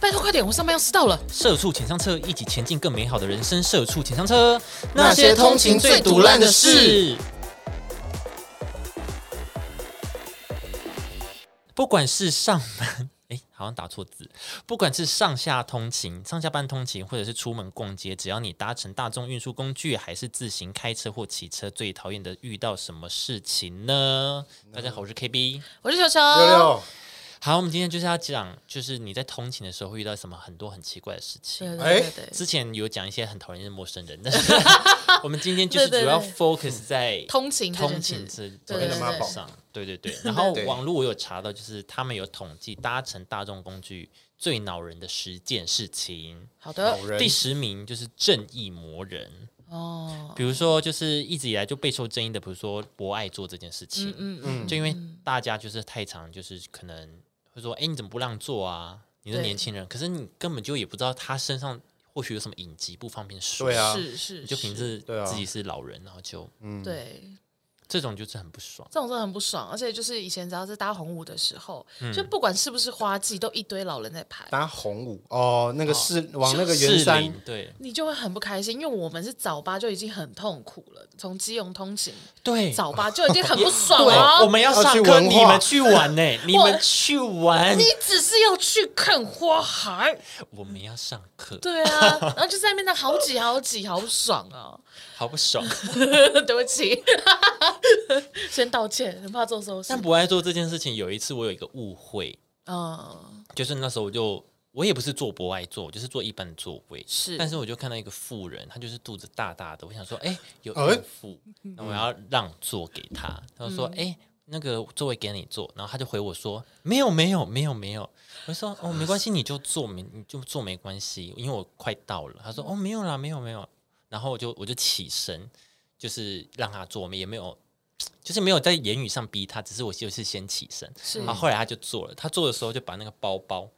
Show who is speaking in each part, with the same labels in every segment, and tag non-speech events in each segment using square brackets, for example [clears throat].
Speaker 1: 拜托快点，我上班要迟到了。
Speaker 2: 社畜请上车，一起前进更美好的人生。社畜请上车，
Speaker 1: 那些通勤最毒烂的事。
Speaker 2: 不管是上 [laughs] 班，哎，好像打错字。不管是上下通勤、上下班通勤，或者是出门逛街，只要你搭乘大众运输工具，还是自行开车或骑车，最讨厌的遇到什么事情呢？
Speaker 1: 嗯
Speaker 2: 大家好，我是 KB。
Speaker 1: 我是球球，
Speaker 3: 六六，
Speaker 2: 好，我们今天就是要讲，就是你在通勤的时候会遇到什么很多很奇怪的事情。
Speaker 1: 对
Speaker 3: 哎
Speaker 1: 对对对，
Speaker 2: 之前有讲一些很讨人厌的陌生人，但是
Speaker 3: [laughs]
Speaker 2: 我们今天就是主要
Speaker 1: 对对
Speaker 2: focus 在
Speaker 1: 通勤这件
Speaker 2: 通勤
Speaker 1: 事
Speaker 2: 这
Speaker 1: 对
Speaker 2: 这件
Speaker 3: 对对
Speaker 2: 事
Speaker 3: 对
Speaker 2: 上，对对
Speaker 3: [laughs]
Speaker 2: 对。然后
Speaker 3: 对
Speaker 2: 网络我有查到，就是他们有统计搭乘大众工具最恼人的十件事情，
Speaker 1: 好的
Speaker 3: 老人
Speaker 2: 第十名就是正义魔人，
Speaker 1: 哦，
Speaker 2: 比如说就是一直以来就备受争议的，比如说博爱座这件事情，
Speaker 1: 嗯嗯，
Speaker 3: 嗯
Speaker 2: 就因为大家就是太常就是可能会说，哎、你怎么不让座啊？你是
Speaker 1: 对
Speaker 2: 年轻人，可是你根本就也不知道他身上或许有什么隐疾不方便说。
Speaker 3: 对啊，
Speaker 1: 是是，
Speaker 2: 你就是凭着
Speaker 3: 对啊
Speaker 2: 自己是老人，然后就
Speaker 3: 嗯，
Speaker 1: 对。
Speaker 2: 这种就是很不爽。
Speaker 1: 这种真的很不爽，而且就是以前只要是搭红舞的时候，就不管是不是花季，都一堆老人在排，
Speaker 3: 搭红舞哦，那个是往那个圆
Speaker 2: 士
Speaker 3: 山
Speaker 2: 林，对
Speaker 1: 你就会很不开心，因为我们是早八就已经很痛苦了，从基隆通勤
Speaker 2: 对
Speaker 1: 早啊八就已经很不爽
Speaker 2: [laughs] 对、
Speaker 1: 了。
Speaker 2: 我们要上
Speaker 3: 要去
Speaker 2: 课，
Speaker 3: 文化
Speaker 2: 你们去玩呢、
Speaker 1: [laughs]
Speaker 2: 你们去玩
Speaker 1: 你，只是要去看花海，
Speaker 2: 我们要上课，
Speaker 1: 对啊，然后就在那边那好挤好挤，好爽啊！
Speaker 2: 好
Speaker 1: [laughs]
Speaker 2: 不爽。
Speaker 1: 对不起， [laughs] 先道歉，很怕做馊事
Speaker 2: 但。不爱做这件事情，有一次我有一个误会，
Speaker 1: 嗯，
Speaker 2: 就是那时候我就我也不是坐博爱座，我就是坐一般的座位，
Speaker 1: 是，
Speaker 2: 但是我就看到一个妇人，她就是肚子大大的，我想说，哎、有
Speaker 3: 哎
Speaker 2: 孕妇，那我要让座给她。她就说，哎、那个座位给你坐。然后她就回我说，没有，没有，没有，没有。我就说，哦，没关系，你就坐，没你就坐没关系，因为我快到了。她说，哦，没有啦，没有，没有。然后我就我就起身，就是让她坐，我们也没有。就是没有在言语上逼她，只是我就是先起身，
Speaker 1: 是
Speaker 2: 然后后来她就坐了。她坐的时候就把那个包包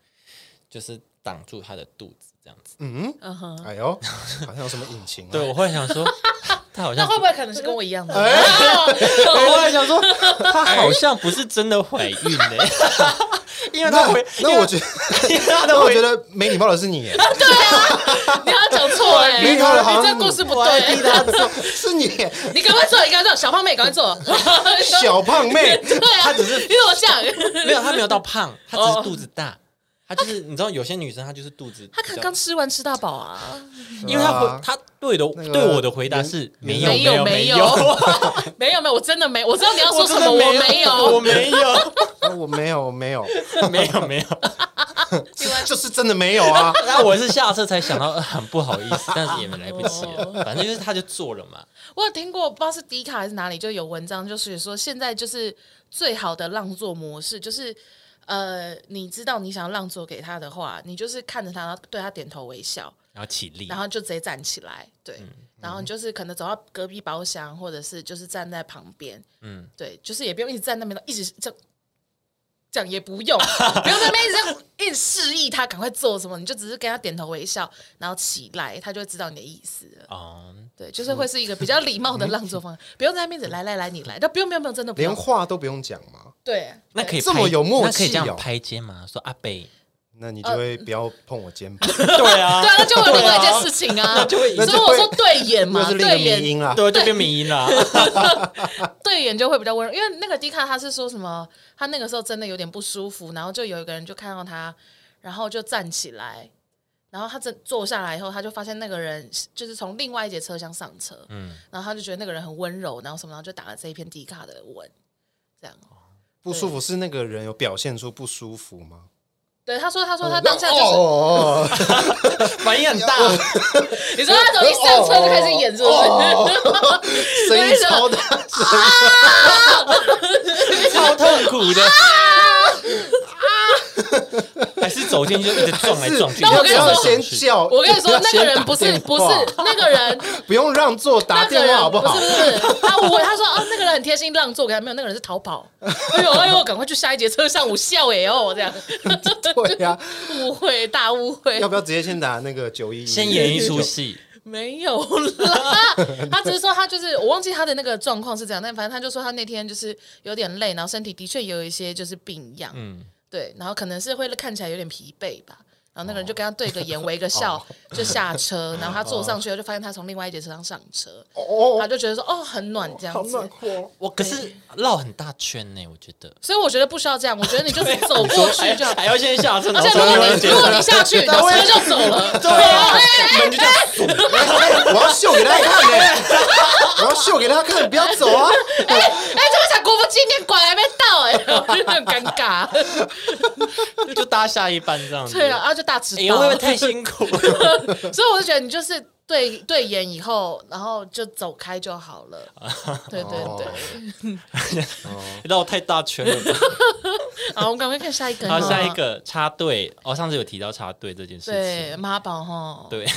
Speaker 2: 就是挡住她的肚子，这样子。
Speaker 3: 嗯，
Speaker 1: 嗯哼，
Speaker 3: 哎呦，好像有什么隐情啊？
Speaker 2: 对，我后来想说，他
Speaker 1: [laughs]
Speaker 2: 好
Speaker 1: 那
Speaker 2: 像
Speaker 1: 会，不会可能是跟我一样的？
Speaker 2: 我后来想说，他好像不是真的怀孕
Speaker 3: [laughs]
Speaker 2: 呢、因为他
Speaker 3: 那
Speaker 2: 回，
Speaker 3: 那我觉得，
Speaker 2: 因为他
Speaker 3: 那
Speaker 2: 的
Speaker 3: 我
Speaker 2: 回
Speaker 3: 觉得没礼貌的是你耶，
Speaker 1: [laughs] 你要讲错
Speaker 3: [laughs]
Speaker 1: 哎，
Speaker 3: 没
Speaker 1: 你
Speaker 3: 有好像
Speaker 1: 这故事不
Speaker 2: 我还
Speaker 1: 对
Speaker 2: 逼。他做，
Speaker 3: 是你耶
Speaker 1: 你赶快做，你赶快做，小胖妹，赶快做。
Speaker 3: 小胖妹，
Speaker 1: 对啊，
Speaker 2: 他只是
Speaker 1: 你怎么像？
Speaker 2: 没有，他没有到胖，他只是肚子大。他就是你知道，有些女生她就是肚子比较，
Speaker 1: 哦他可能刚吃完吃大饱啊，
Speaker 2: 因为她
Speaker 3: 对
Speaker 2: 回
Speaker 3: 啊
Speaker 2: 她对的
Speaker 3: 那个
Speaker 2: 对我的回答是没有
Speaker 1: 没
Speaker 2: 有没
Speaker 1: 有，没有没有，我真的没，我知道你要说
Speaker 2: 我
Speaker 1: 什
Speaker 2: 真
Speaker 1: 么，
Speaker 2: 的
Speaker 1: 我
Speaker 2: 没
Speaker 1: 没
Speaker 2: 我
Speaker 1: 有，
Speaker 2: 没有， [laughs]
Speaker 3: 啊我没有，我没有，
Speaker 2: 没有没有。
Speaker 3: 就是真的没有啊。
Speaker 2: 那我是下车才想到，呃很不好意思，但是也来不及了。反正就是她就做了嘛，
Speaker 1: 我有听过，不知道是迪卡还是哪里，就有文章，就是说现在就是最好的让座模式，就是呃，你知道你想要让座给他的话，你就是看着他，然后对他点头微笑，
Speaker 2: 然后起立
Speaker 1: 然，后就直接站起来，对，然后你就是可能走到隔壁包厢，或者是就是站在旁边，
Speaker 2: 嗯，
Speaker 1: 对，就是也不用一直站那边，一直这样。这样也不用，不用在那边一直这样一直示意他赶快做什么，你就只是跟他点头微笑，然后起来，他就会知道你的意思了。
Speaker 2: 哦，
Speaker 1: 对，就是会是一个比较礼貌的让座方式，不用在那边子来来来你来，但不用不用不用，真的不
Speaker 3: 连
Speaker 1: 用。
Speaker 3: 话都不用讲嘛，
Speaker 1: 对，
Speaker 2: 那可以
Speaker 3: 这么
Speaker 2: 拍
Speaker 3: 有默
Speaker 2: 那可以
Speaker 3: 契
Speaker 2: 这样
Speaker 3: 哦
Speaker 2: 拍肩吗？说阿贝，
Speaker 3: 那你就会不要碰我肩膀，
Speaker 2: [laughs] 对啊
Speaker 1: 对啊，那就有另外一件事情啊，所以
Speaker 3: [laughs] 那就
Speaker 1: 我
Speaker 3: 会
Speaker 1: 说对
Speaker 3: [laughs]
Speaker 1: 眼
Speaker 3: 那
Speaker 1: 嘛，
Speaker 3: 是另一个
Speaker 1: 呃嗯对
Speaker 3: 迷
Speaker 1: 眼
Speaker 3: 音啦。
Speaker 2: 对，啊就变迷音了。
Speaker 1: 对眼就会比较温柔，因为那个迪卡他是说什么，他那个时候真的有点不舒服，然后就有一个人就看到他，然后就站起来。然后他真坐下来以后，他就发现那个人就是从另外一节车厢上车，嗯，然后他就觉得那个人很温柔，然后什么，然后就打了这一篇迪卡的文，这样。
Speaker 3: 不舒服是那个人有表现出不舒服吗？
Speaker 1: 对，他说，他说他当下就是，
Speaker 3: 哦，哦
Speaker 2: [laughs] 反应很大，
Speaker 1: [laughs] 你说他从一上车就开始演，是
Speaker 3: 哦
Speaker 1: 不是？
Speaker 3: 声音超大声，
Speaker 2: 超痛苦 [laughs] 的。还是走进去就一直撞来撞去。
Speaker 1: 但我跟你
Speaker 3: 你
Speaker 1: 说
Speaker 3: 要先叫。
Speaker 1: [laughs] 我跟你说，
Speaker 3: 哦要
Speaker 1: 那
Speaker 3: 先
Speaker 1: 个人不
Speaker 3: 打
Speaker 1: 是
Speaker 3: 电
Speaker 1: 不
Speaker 3: 话
Speaker 1: 是那个人，
Speaker 3: 不用让座，
Speaker 1: 那
Speaker 3: [laughs] 打
Speaker 1: 个
Speaker 3: 电
Speaker 1: 人
Speaker 3: 话好好
Speaker 1: 不？是不是，他误会，他说啊，那个人很贴心，让座给他，没有，那个人是逃
Speaker 3: [laughs]
Speaker 1: 跑。哎呦哎呦，赶快去下一节车上，我笑哎哦，这样
Speaker 3: [laughs] 对呀，
Speaker 1: [laughs] 误会大误会
Speaker 3: 要，不要直接先打那个九一一？
Speaker 2: 先演一出戏，
Speaker 1: 没有啦。他只是说他就是我忘记他的那个状况是怎样，但反正他就说他那天就是有点累，然后身体的确也有一些就是病样，
Speaker 2: 嗯，
Speaker 1: 对，然后可能是会看起来有点疲惫吧。然后那个人就跟他对个眼，微个笑，就下车。然后他坐上去了，就发现他从另外一节车上上车，他
Speaker 3: 哦，
Speaker 1: 就觉得说哦很暖这样
Speaker 3: 好
Speaker 1: 子
Speaker 3: 暖。和。
Speaker 2: 我可是绕很大圈呢，我觉得。
Speaker 1: 所以我觉得不需要这样，我觉得你就是走过去就好。
Speaker 2: 哎还要先下车，
Speaker 1: 而
Speaker 2: 然后
Speaker 1: 且如果
Speaker 2: 才能
Speaker 1: 你
Speaker 2: 接
Speaker 1: 如果你下去，你的车就走了，
Speaker 3: 对啊，门就这样锁。我要秀给他看呢，我要秀给他看，不要走啊！
Speaker 1: 哎，这么想国父纪念馆还没到哎、我觉得很尴尬。
Speaker 2: 就搭下一班这样子。
Speaker 1: 对啊，然后就大迟
Speaker 2: 哎，
Speaker 1: 到
Speaker 2: 会不，会太辛 [laughs] 苦了？
Speaker 1: [laughs] 所以我就觉得你就是对对眼以后，然后就走开就好了。对对
Speaker 2: 哦
Speaker 1: 对， [laughs]
Speaker 2: 绕太大圈了吧。
Speaker 1: 好，我们赶快看下一个。
Speaker 2: 好，下一。个插队。哦，上次有提到插队这件事情。
Speaker 1: 对，妈宝哈。
Speaker 2: 对， [laughs] 嗯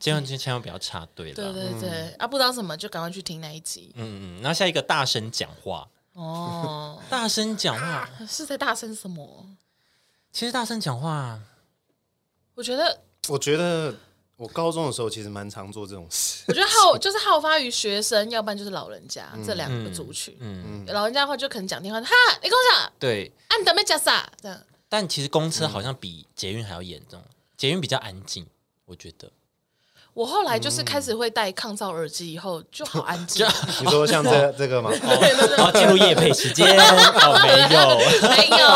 Speaker 2: 千万千万不要插队
Speaker 1: 对
Speaker 2: 了。
Speaker 1: 对对，啊，不知道什么就赶快去听那一集。
Speaker 2: 嗯嗯，然后下一个大声讲话， [laughs]
Speaker 1: 哦，
Speaker 2: 大声讲话。
Speaker 1: 是在大声什么？
Speaker 2: 其实大声讲话，
Speaker 1: 我觉得，
Speaker 3: 我觉得我高中的时候其实蛮常做这种事。
Speaker 1: 我觉得好就是好发于学生，要不然就是老人家这两个族群。
Speaker 2: 嗯，
Speaker 1: 老人家的话就可能讲电话，哈，你跟我讲，
Speaker 2: 对。
Speaker 1: 啊，你等没讲啥？这样，
Speaker 2: 但其实公车好像比捷运还要严重，捷运比较安静，我觉得。
Speaker 1: 我后来就是
Speaker 2: 嗯
Speaker 1: 开始会戴抗噪耳机，以后就好安静。 [laughs]
Speaker 3: 你说像这这个吗？
Speaker 2: 好，进入夜配时间哦，没有，
Speaker 1: 没
Speaker 2: [laughs]
Speaker 1: 有，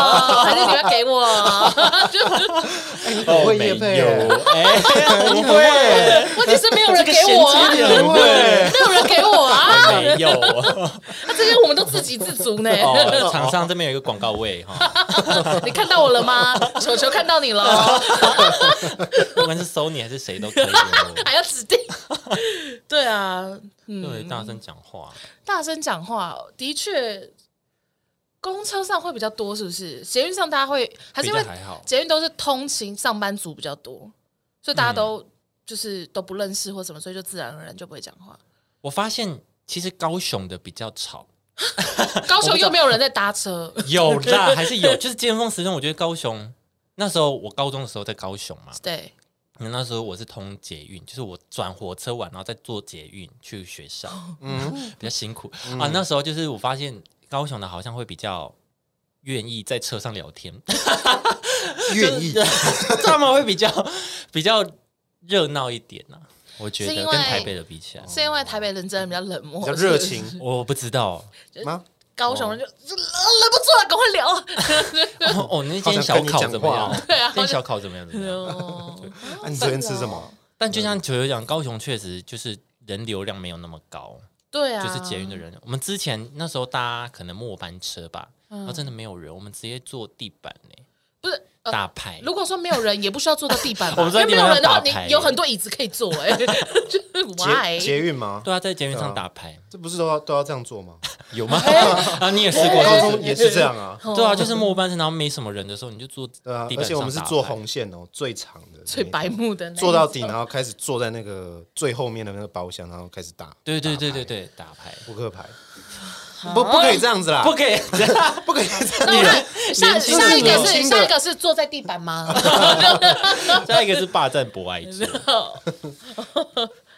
Speaker 1: 还是你要给我？啊 [laughs] 就是
Speaker 2: 哦，
Speaker 3: 会
Speaker 2: 没
Speaker 3: 夜
Speaker 2: 有，
Speaker 3: 配啊耶
Speaker 2: 哎，
Speaker 3: 不会，
Speaker 1: 问题是没有人给
Speaker 2: 这个衔
Speaker 1: 我啊，
Speaker 2: 接点很对
Speaker 1: 没有人给我啊，
Speaker 2: 哎没有
Speaker 1: [laughs] 那这些我们都自给自足呢。
Speaker 2: 哦。厂商这边有一个广告位哈，
Speaker 1: [laughs] 你看到我了吗？球球看到你
Speaker 2: 哦
Speaker 1: 了，
Speaker 2: 不管是 Sony 还是谁都可以哦。
Speaker 1: 还要指定？对啊，嗯，
Speaker 2: 对，大声讲话，
Speaker 1: 大声讲话的确，公车上会比较多，是不是？捷运上大家会还是
Speaker 2: 比
Speaker 1: 因
Speaker 2: 较
Speaker 1: 为
Speaker 2: 还好。
Speaker 1: 捷运都是通勤上班族比较多，所以大家都、
Speaker 2: 嗯
Speaker 1: 就是都不认识或什么，所以就自然而然就不会讲
Speaker 2: [laughs]
Speaker 1: 话。
Speaker 2: 我发现其实高雄的比较吵，
Speaker 1: 高雄又没有人在搭车，
Speaker 2: 有啦，还是
Speaker 1: [laughs]
Speaker 2: 有，就是尖峰时段，我觉得高雄。那时候我高中的时候在高雄嘛，
Speaker 1: 对，
Speaker 2: 那时候我是通捷运，就是我转火车晚，然后再坐捷运去学校，
Speaker 3: 嗯，
Speaker 2: 比较辛苦、啊。那时候就是我发现高雄的好像会比较愿意在车上聊天，
Speaker 3: 愿意。
Speaker 2: [laughs] 他们会比较比较热闹一点呢、我觉得
Speaker 1: 是因
Speaker 2: 跟
Speaker 1: 为
Speaker 2: 台北的比起来，
Speaker 1: 是因为台北人真的比较冷漠，
Speaker 3: 哦比较热
Speaker 1: 是不是
Speaker 3: 情哦
Speaker 2: 我不
Speaker 1: [laughs]
Speaker 2: 知道
Speaker 3: 吗？
Speaker 1: 高雄人就就忍不住了，赶快聊。
Speaker 2: 哦哦，那间小烤怎么
Speaker 3: 好
Speaker 2: 样
Speaker 3: 想跟你讲话哦？
Speaker 1: 对啊
Speaker 2: 那间小烤怎么样？怎么样？
Speaker 1: 哦
Speaker 3: [laughs] 那啊你昨天吃
Speaker 1: [laughs]
Speaker 3: 什么？
Speaker 2: 但就像球球讲，高雄确实就是人流量没有那么高，
Speaker 1: 对啊，
Speaker 2: 就是捷运的人。我们之前那时候搭可能末班车吧，然后真的没有人，我们直接坐地板呢，
Speaker 1: 不是。嗯呃
Speaker 2: 大牌。
Speaker 1: 如果说没有人，也不需要坐到地板吧，
Speaker 2: [laughs] 我们
Speaker 1: 因
Speaker 2: 在
Speaker 1: 为
Speaker 2: 地
Speaker 1: 没有
Speaker 2: 板上
Speaker 1: 人的话，
Speaker 2: 打牌
Speaker 1: 你有很多椅子可以坐，哎， [laughs] 就是 why？
Speaker 3: 捷捷运吗？
Speaker 2: 对啊，在捷运上
Speaker 3: 对啊
Speaker 2: 打牌
Speaker 3: 这不是都要都要这样做吗？
Speaker 2: 有吗？
Speaker 1: 哎
Speaker 2: [laughs] 啊，你也试过
Speaker 3: 我高
Speaker 2: 是
Speaker 3: 中
Speaker 2: 不是？
Speaker 3: 也是这样啊。
Speaker 1: 哦
Speaker 2: 对啊，就是末班车，然后没什么人的时候，你就坐地
Speaker 3: 对啊
Speaker 2: 板上，
Speaker 3: 而且我们是
Speaker 2: 打
Speaker 3: 坐
Speaker 2: 牌
Speaker 3: 红线哦，最长的，
Speaker 1: 最白目的那一种
Speaker 3: 坐到底，然后开始坐在那个最后面的那个包厢，然后开始打。
Speaker 2: 对对对
Speaker 3: 打
Speaker 2: 对
Speaker 3: 牌，
Speaker 2: 对，打牌
Speaker 3: 扑克牌，不不可以这样子啦，
Speaker 2: 不可以，
Speaker 3: 不可以这
Speaker 1: [laughs] 啊那我
Speaker 3: 样子
Speaker 1: 看
Speaker 3: 啦。
Speaker 1: 下
Speaker 2: 年轻
Speaker 1: 下一个
Speaker 3: 年
Speaker 1: 是
Speaker 3: 轻的
Speaker 1: 下一个是坐在地板
Speaker 3: [laughs]
Speaker 1: 吗？
Speaker 2: 下一个是霸占博爱
Speaker 1: [laughs]
Speaker 2: 座。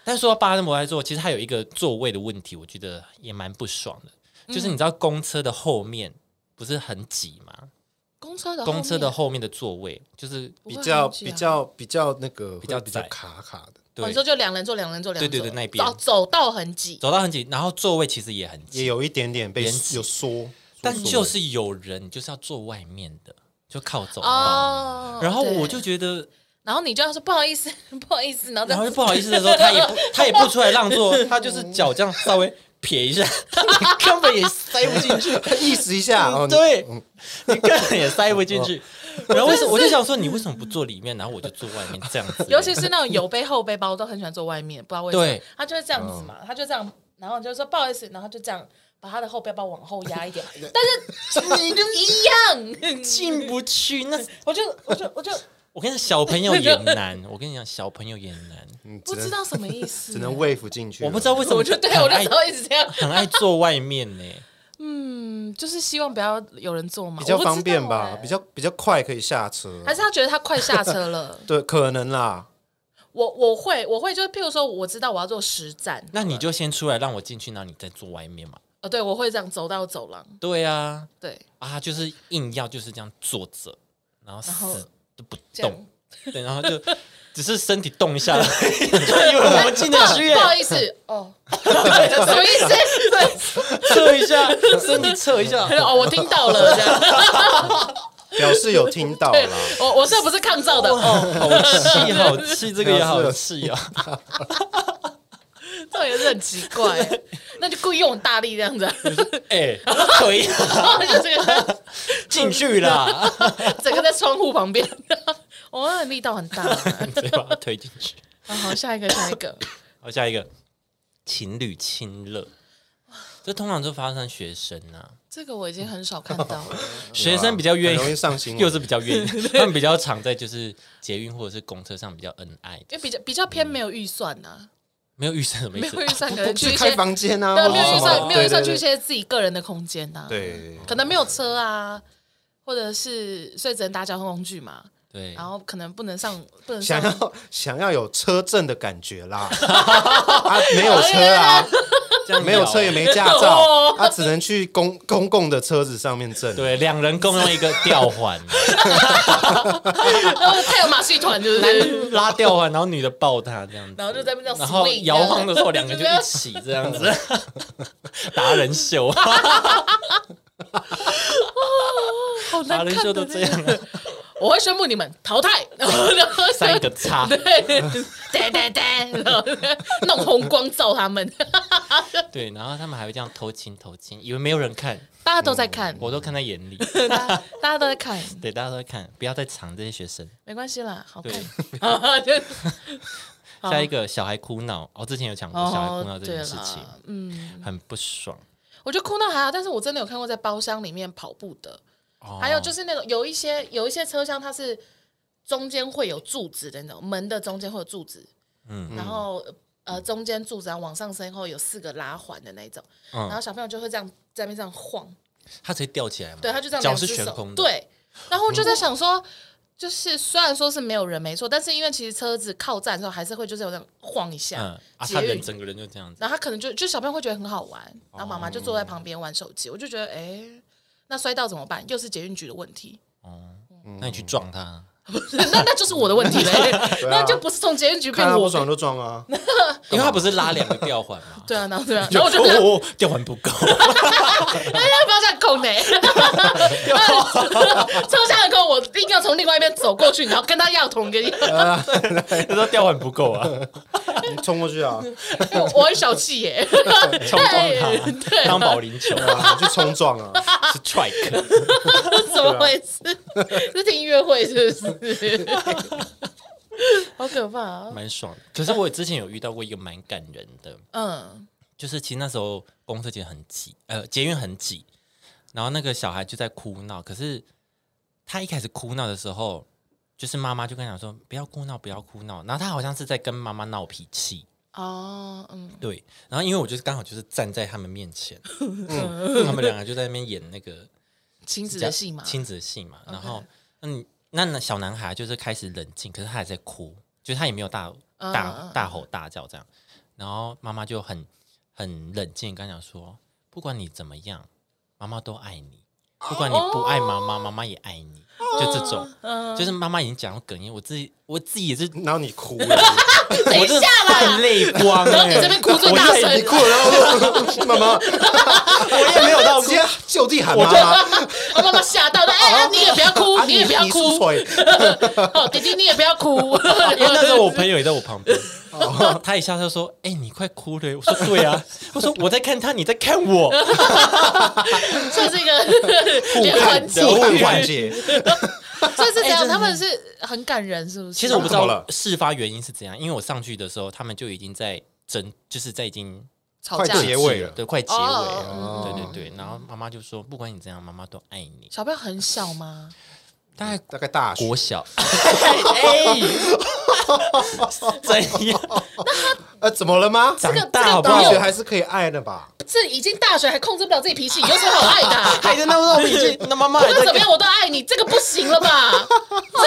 Speaker 2: 但是说到霸占博爱座，其实它有一个座位的问题，我觉得也蛮不爽的，就是你
Speaker 1: 嗯
Speaker 2: 知道公车的后面不是很挤吗？
Speaker 1: 公车哦的后面
Speaker 2: 公车的后面的座位就是
Speaker 1: 不会
Speaker 3: 比
Speaker 1: 很
Speaker 3: 较
Speaker 1: 挤
Speaker 3: 比
Speaker 1: 啊
Speaker 3: 较比较那个比
Speaker 2: 较
Speaker 3: 比较
Speaker 2: 窄
Speaker 3: 卡卡的，
Speaker 1: 哦
Speaker 2: 对
Speaker 1: 你，说就两人坐，两人坐，两人坐
Speaker 2: 对对对那边
Speaker 1: 走走道很挤，
Speaker 2: 走到很挤，然后座位其实也很
Speaker 3: 也
Speaker 2: 挤，
Speaker 3: 有一点点被
Speaker 2: 延迟
Speaker 3: 有缩，
Speaker 2: 但
Speaker 3: 缩
Speaker 2: 就是有人就是要坐外面的，就靠走道。
Speaker 1: 哦，
Speaker 2: 然后我
Speaker 1: 对哦
Speaker 2: 就觉得，
Speaker 1: 然后你就要说不好意思， [laughs] 不好意思，然后再
Speaker 2: 然后就不好意思的时候，他也不他也不出来让座，他就是脚这样稍微撇一下， [laughs] 你根本也塞不进去。
Speaker 3: 缩意识一下哦，你
Speaker 2: 对，啊你根本也塞不进去。 [laughs] 然后为什么我就想说，你为什么不坐里面？然后我就坐外面这样子。
Speaker 1: 尤其是那种有背后背包，我都很喜欢坐外面，不知道为什么
Speaker 2: 对，
Speaker 1: 他就会这样
Speaker 3: 嗯
Speaker 1: 子嘛，他就这样，然后你就说不好意思，然后就这样把他的后背包往后压一
Speaker 3: [laughs]
Speaker 1: 点，但是你就一样，
Speaker 2: 进不去，那
Speaker 1: 我就我就我就
Speaker 2: 我跟你讲，小朋友也难。我跟你讲，小朋友也难。
Speaker 3: 嗯只
Speaker 1: 不知
Speaker 3: 能
Speaker 1: 道什么意思，欸
Speaker 3: 只能 wave 进去了，
Speaker 2: 我不知道为什么，
Speaker 1: 我就对
Speaker 2: 很
Speaker 1: 我那
Speaker 2: 爱
Speaker 1: 时候一直这样，
Speaker 2: 很爱坐外面呢。
Speaker 1: 嗯，就是希望不要有人坐嘛，
Speaker 3: 比较
Speaker 1: 我不知道
Speaker 3: 方便吧
Speaker 1: 欸，
Speaker 3: 比较比较快可以下车，
Speaker 1: 还是他觉得他快下车 [laughs] 了，
Speaker 3: 对，可能啦，
Speaker 1: 我我会我会就是譬如说我知道我要坐十站，
Speaker 2: 那你就先出来让我进去，然后你再坐外面嘛。
Speaker 1: 呃哦对我会这样走到走廊，
Speaker 2: 对啊，
Speaker 1: 对，
Speaker 2: 啊，就是硬要就是这样坐着，然后
Speaker 1: 后
Speaker 2: 死都不
Speaker 1: 这样
Speaker 2: 动，对，然后就只是身体动一
Speaker 1: [laughs]
Speaker 2: 下，就有人进得去耶
Speaker 1: 不，好意思，哦， [laughs] 什么意思？ [laughs]
Speaker 2: 测一下身体测一下，
Speaker 1: [laughs] 哦，我听到了，这
Speaker 3: [laughs]
Speaker 1: 样，
Speaker 3: 表示有听到
Speaker 1: 对
Speaker 3: 啦。
Speaker 1: 我我这不是抗噪的，哦，
Speaker 2: 好气好气，这个也好气啊！
Speaker 1: 这也是很奇怪， [laughs] 那就故意用很大力这样子，
Speaker 2: [laughs]
Speaker 1: 啊
Speaker 2: 哎，可
Speaker 1: [laughs]
Speaker 2: 以
Speaker 1: 就这个
Speaker 2: 进去 [laughs] 啦，
Speaker 1: 整个在窗户旁边， [laughs] 哇、哦，力道很大。
Speaker 2: 直接把它推进去。
Speaker 1: 好好，下一个，下一个，
Speaker 2: 好，下一个情侣亲热，这通常就发生学生啊，
Speaker 1: 这个我已经很少看到了。
Speaker 2: 学生比较愿
Speaker 3: 很容易
Speaker 2: 意，
Speaker 3: 上新
Speaker 2: 又
Speaker 3: 闻。
Speaker 2: 是比较 [laughs] 愿意，他们比较常在就是捷运或者是公车上比较恩爱的，
Speaker 1: 因为比较比较偏没有预算呐、
Speaker 2: 没有预算什么意
Speaker 1: 没
Speaker 2: 思
Speaker 1: 有预？算可能
Speaker 3: 不
Speaker 1: 去
Speaker 3: 去
Speaker 1: 一些，
Speaker 3: 开房间啊，
Speaker 1: 对啊，没
Speaker 3: 或者
Speaker 1: 有预
Speaker 3: 什
Speaker 1: 算，
Speaker 3: 么
Speaker 1: 没有预算
Speaker 3: 对
Speaker 1: 去
Speaker 3: 对
Speaker 1: 一些自己个人的空间呐、
Speaker 3: 对，对
Speaker 1: 可能没有车啊，或者是所以只能搭交通工具嘛，
Speaker 2: 对，
Speaker 1: 然后可能不能上，不能上
Speaker 3: 想。要想要有车震的感觉
Speaker 1: [laughs]
Speaker 3: 啦，啊，没有车
Speaker 1: 哎
Speaker 3: 啊，
Speaker 2: 这样
Speaker 3: 没有车也
Speaker 2: 没。
Speaker 3: 没驾
Speaker 1: 哦
Speaker 3: 照，他只能去公公共的车子上面震。
Speaker 2: 对，两人共用一个吊环，
Speaker 1: [laughs] 然后呃太有马戏团就是不是， [laughs]
Speaker 2: 拉吊环，然后女的抱他这样子，
Speaker 1: 然后就在那边这
Speaker 2: 然
Speaker 1: 样
Speaker 2: 后
Speaker 1: swing
Speaker 2: 摇晃的时候，两个
Speaker 1: 这
Speaker 2: 就
Speaker 1: 样
Speaker 2: 一起这样子， [laughs] 达
Speaker 1: [laughs]
Speaker 2: 人秀，
Speaker 1: 好
Speaker 2: 达
Speaker 1: 难
Speaker 2: 人
Speaker 1: 看
Speaker 2: 秀
Speaker 1: 的
Speaker 2: 都
Speaker 1: 哦那
Speaker 2: 这
Speaker 1: 个。
Speaker 2: 样，
Speaker 1: 我会宣布你们
Speaker 2: [laughs]
Speaker 1: 淘汰，然后然后
Speaker 2: 三个叉，
Speaker 1: [laughs] 对，哒哒哒，然后弄红光照他们，
Speaker 2: 对，然后他们还会这样偷亲偷亲，以为没有人看，
Speaker 1: 大家都在看，
Speaker 2: 嗯我都看在眼里，
Speaker 1: 大家大家都在看，
Speaker 2: 对，大家都在看，不要再藏这些学生。
Speaker 1: 没关系啦，好看
Speaker 2: [laughs] 对。
Speaker 1: 好
Speaker 2: 下一个小孩哭闹，哦，之前有讲过小孩哭闹这件事情，
Speaker 1: 啦嗯，
Speaker 2: 很不爽。
Speaker 1: 我觉得哭闹还好，但是我真的有看过在包厢里面跑步的，
Speaker 2: 哦
Speaker 1: 还有就是那种有一些有一些车厢它是中间会有柱子的那种，门的中间会有柱子，
Speaker 2: 嗯
Speaker 1: 然后呃中间柱子然后往上升后有四个拉环的那种，然后
Speaker 2: 嗯，
Speaker 1: 小朋友就会这样在那边这样晃，
Speaker 2: 他直接吊起来嘛，
Speaker 1: 对，他就这样
Speaker 2: 脚
Speaker 1: 两
Speaker 2: 是
Speaker 1: 只
Speaker 2: 悬
Speaker 1: 手
Speaker 2: 空的，，
Speaker 1: 对，然后我就在想说。就是虽然说是没有人没错，但是因为其实车子靠站的时候还是会就是有这样晃一下，
Speaker 2: 嗯，啊，
Speaker 1: 捷
Speaker 2: 他
Speaker 1: 运
Speaker 2: 人整个人就这样子。
Speaker 1: 然后他可能就就小朋友会觉得很好玩，然后妈妈就坐在旁边玩手机，我就觉得哎、诶那摔到怎么办？又是捷运局的问题，
Speaker 2: 那你去撞他，
Speaker 1: 那那就是我的
Speaker 3: [laughs]
Speaker 1: 问题嘞，那就不是从捷运局变
Speaker 3: 啊看他
Speaker 1: 我。
Speaker 3: 不爽就撞啊，
Speaker 2: 因为他不是拉两个吊环嘛
Speaker 1: 对啊，然后对啊，嗯 [laughs] 然后我就让
Speaker 2: 哦，吊环不够，
Speaker 1: 他不要这样控呢，车厢的空我硬要从另外一边走过去，然后跟他要同一个地方，
Speaker 2: 他说吊环不够啊，
Speaker 3: 你冲过去
Speaker 1: [laughs]
Speaker 3: 啊，
Speaker 1: 因为我我很小气耶， [laughs]
Speaker 2: 冲撞他，当保龄球
Speaker 3: 对 [laughs] 啊你去冲撞啊，
Speaker 2: 是 strike。 [laughs]
Speaker 1: 怎么回事？
Speaker 3: 啊
Speaker 1: [laughs] 是听音乐会是不
Speaker 3: [laughs]
Speaker 1: 是？好可怕啊！
Speaker 2: 蛮爽的。可是我之前有遇到过一个蛮感人的，
Speaker 1: 嗯，
Speaker 2: 就是其实那时候公车其实很挤，呃，捷运很挤，然后那个小孩就在哭闹，可是他一开始哭闹的时候，就是妈妈就跟他讲说不要哭闹，不要哭闹，然后他好像是在跟妈妈闹脾气。
Speaker 1: 哦，嗯，
Speaker 2: 对，然后因为我就是刚好就是站在他们面前，嗯，他们两个就在那边演那个
Speaker 1: 亲子的戏嘛，
Speaker 2: 亲子戏嘛。然后，嗯，那那小男孩啊就是开始冷静，可是他还在哭，就是他也没有大
Speaker 1: 嗯嗯
Speaker 2: 大
Speaker 1: 嗯
Speaker 2: 大吼大叫这样。然后妈妈就很很冷静，跟他讲说，不管你怎么样，妈妈都爱你。不管你不爱妈
Speaker 1: 哦
Speaker 2: 妈，妈妈也爱你。就这
Speaker 1: 嗯
Speaker 2: 种，就是妈妈已经讲到哽咽，我自己我自己也是，
Speaker 3: 然后你哭
Speaker 1: [laughs]
Speaker 3: 了，
Speaker 1: 等一
Speaker 2: 我真
Speaker 1: 下
Speaker 2: 的
Speaker 1: 啦，
Speaker 2: 泪光欸。
Speaker 1: 然后你这边哭最大
Speaker 2: 我
Speaker 1: 声
Speaker 3: 你，哭了，然后我妈妈，我也没有到直接就地喊妈妈，
Speaker 1: [laughs] 我妈妈吓到了，哎、哎你也不要哭，
Speaker 3: 哦啊
Speaker 1: 你也不要
Speaker 3: 你出
Speaker 1: 哭，
Speaker 3: 水
Speaker 1: 哦，弟弟你也不要哭，
Speaker 2: [laughs] 因为那时
Speaker 3: [laughs]
Speaker 2: 候我朋友也在我旁边，[laughs]
Speaker 3: 哦
Speaker 2: 他一下就说：“哎、你快哭了耶！”我说：“对啊。”我说：“我在看他，你在看我。
Speaker 1: 这是一个连环计，
Speaker 3: 互看环节，
Speaker 1: 所以是这样，他们是很感人，是不是？”
Speaker 2: 其实我不知
Speaker 3: 怎么
Speaker 2: 道
Speaker 3: 了
Speaker 2: 事发原因是怎样，因为我上去的时候，他们就已经在争，就是在已经
Speaker 1: 吵架
Speaker 3: 快，结尾了
Speaker 2: 对，快结尾了。
Speaker 1: 哦
Speaker 2: 对对对，然后妈妈就说：“不管你怎样，妈妈都爱你。
Speaker 1: 小朋友很小吗？”
Speaker 2: 大概
Speaker 3: 大概大学
Speaker 2: 国
Speaker 1: [laughs]
Speaker 2: 小，哎， [laughs] 怎样
Speaker 3: 呃，怎么了吗？
Speaker 1: 个
Speaker 2: 长大好不
Speaker 1: 这个朋？
Speaker 2: 好
Speaker 3: 大学
Speaker 1: 友
Speaker 3: 还是可以爱的吧？
Speaker 1: 这已经大学还控制不了自己脾气，有什么好爱的
Speaker 2: [laughs]
Speaker 1: 啊、
Speaker 2: 还在那么闹脾气，那妈妈
Speaker 1: 不
Speaker 2: 还
Speaker 1: 管
Speaker 2: 在
Speaker 1: 怎么样，我都爱你，这个不行了吧？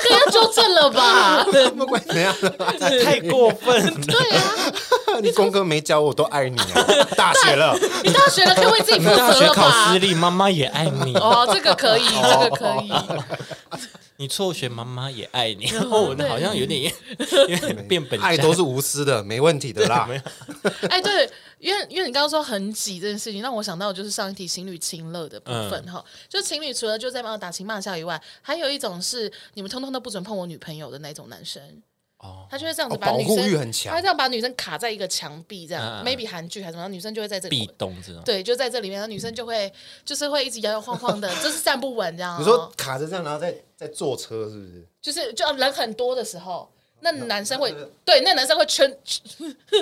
Speaker 1: 这个要纠正了吧？
Speaker 3: [laughs] 不管怎样的，
Speaker 1: [laughs]
Speaker 2: 看，太过分了。
Speaker 1: 对啊，
Speaker 3: 你功课没教我都爱你啊，大学了，
Speaker 1: 你大学了，可以为自己
Speaker 2: 你
Speaker 1: 负责
Speaker 2: 大学
Speaker 1: 了
Speaker 2: 考私
Speaker 1: 吧？
Speaker 2: 立，妈妈也爱你。
Speaker 1: 哦，这个可以，这个可以。
Speaker 2: 你辍学，妈妈也爱你。
Speaker 1: 啊
Speaker 2: 然后我呢好像
Speaker 1: [laughs]
Speaker 2: 有点有点变本加
Speaker 3: 爱
Speaker 2: 厉
Speaker 3: 都是无私的，没问题的啦。
Speaker 1: [laughs] 哎，对，因为因为你刚刚说很挤这件事情，让我想到就是上一题情侣亲热的部分
Speaker 3: 嗯
Speaker 1: 哈、就情侣除了就在帮我打情骂俏以外，还有一种是你们通通都不准碰我女朋友的那种男生。
Speaker 2: 哦，
Speaker 1: 他就会这样
Speaker 3: 哦
Speaker 1: 子把女
Speaker 3: 保护
Speaker 1: 生，
Speaker 3: 欲很强
Speaker 1: 他会这样把女生卡在一个墙壁这样、
Speaker 2: 嗯嗯嗯
Speaker 1: m a y b e 韩剧还是什么，然后女生就会在这
Speaker 2: 壁
Speaker 1: 里，
Speaker 2: 咚这种。
Speaker 1: 对，就在这里面，然后女生就会就是会一直摇摇晃
Speaker 3: [laughs]
Speaker 1: 晃的，就是站不稳这样、哦。
Speaker 3: 你说卡着这样，然后再再坐车，是不是？
Speaker 1: 就是就人很多的时候，那男生会对那男生会圈， [laughs]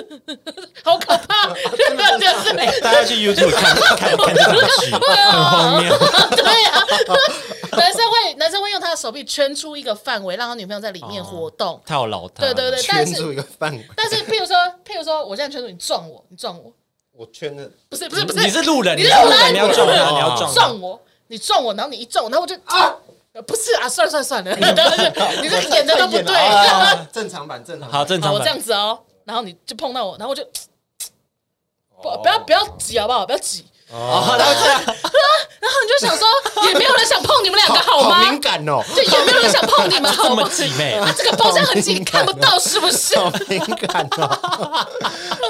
Speaker 1: 好可怕， [laughs] 真的就是
Speaker 2: 哎，大家去 YouTube
Speaker 1: [laughs]
Speaker 2: 看看看这种剧，很荒谬。
Speaker 1: 对啊，男生会男生会用他的手臂圈出一个范围，让他女朋友在里面活动。
Speaker 2: 他有老他，
Speaker 1: 对对对，但
Speaker 3: 圈住
Speaker 1: 是
Speaker 3: 一个范围，
Speaker 1: 但是，譬如说，譬如说，我现在圈住你撞我，你撞我，
Speaker 3: 我圈的
Speaker 1: 不是不是不
Speaker 2: 你是路人，
Speaker 1: 你
Speaker 2: 是
Speaker 1: 是
Speaker 2: 路
Speaker 1: 路人
Speaker 2: 你要撞他，
Speaker 3: 哦
Speaker 2: 你要撞他。
Speaker 1: 撞我，你撞我，然后你一撞，然后我就啊，呃不是啊，算了算了算了，对你这个演的都不对， [laughs]
Speaker 3: 啊正常版正常版
Speaker 2: 好，正
Speaker 1: 好，
Speaker 2: 常
Speaker 1: 我
Speaker 2: 版
Speaker 1: 这样子哦，然后你就碰到我，然后我就不
Speaker 3: 哦
Speaker 1: 不要不要挤好不好？不要挤。
Speaker 2: 哦，然后这样
Speaker 1: 然后你就想说，也没有人想碰你们两个好
Speaker 3: 好
Speaker 1: 吗？
Speaker 3: 敏感哦，
Speaker 1: 就也没有人想碰你们
Speaker 2: 这
Speaker 1: 好
Speaker 2: 么
Speaker 1: 吗？
Speaker 2: 挤妹，
Speaker 1: 哦 [laughs] 啊这个包厢很
Speaker 3: [laughs]
Speaker 1: 近，你看不到是不是？
Speaker 3: 好敏感哦，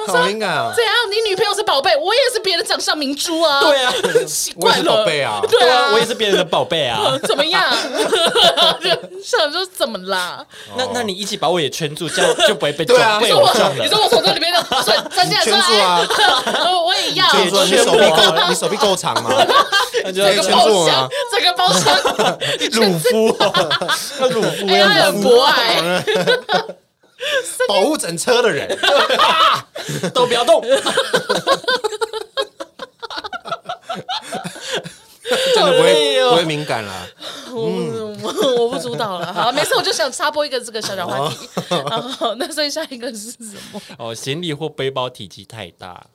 Speaker 3: 好敏感哦。
Speaker 1: [laughs] 怎样？你女朋友是宝贝，我也是别人掌上明珠啊。
Speaker 2: 对啊，
Speaker 1: 奇
Speaker 3: 我也
Speaker 1: 怪
Speaker 3: 是
Speaker 1: 了，
Speaker 3: 宝贝啊，
Speaker 1: [laughs] 对啊，哦
Speaker 2: 我也是别人的宝贝啊。
Speaker 1: 怎么样？ [laughs] 就想说怎么
Speaker 3: [laughs]
Speaker 1: 啦？
Speaker 2: 那那你一起把我也圈住，这样就不会
Speaker 1: [laughs]
Speaker 2: 被
Speaker 3: 对啊
Speaker 2: 撞，被
Speaker 1: 你说
Speaker 2: 我
Speaker 1: 我
Speaker 2: 撞，了
Speaker 1: 你。说我从这里面的钻钻进来
Speaker 3: 圈
Speaker 1: 说，
Speaker 3: 住啊
Speaker 1: 哎，我也要，
Speaker 3: 就是说你
Speaker 2: 圈
Speaker 3: 手臂
Speaker 2: 我啊
Speaker 3: 够，你手臂够长
Speaker 1: [laughs]
Speaker 3: 吗？
Speaker 2: 那就
Speaker 1: 整
Speaker 2: 要
Speaker 1: 个
Speaker 3: 圈
Speaker 2: 圈
Speaker 3: 住
Speaker 1: 包
Speaker 3: 啊
Speaker 1: 厢，整个包厢，
Speaker 2: 乳夫哦，
Speaker 1: [laughs]
Speaker 2: 那乳
Speaker 3: 啊 [laughs]
Speaker 2: 夫
Speaker 1: 哎，
Speaker 2: 要
Speaker 1: 他很博爱，
Speaker 3: 保护整车的人，
Speaker 2: [laughs] 都不
Speaker 1: [laughs]
Speaker 2: 要动，
Speaker 3: 真的不
Speaker 2: 累
Speaker 3: 会
Speaker 2: 哦
Speaker 3: 不会敏感啦。
Speaker 1: 我
Speaker 3: 嗯
Speaker 1: 嗯我我不主导了。好，没事，我就想插播一个这个小小话
Speaker 3: [laughs]
Speaker 1: 题。
Speaker 3: 哦
Speaker 1: [laughs] 好，那所以下一个是什么？
Speaker 2: 哦，行李或背包体积太大，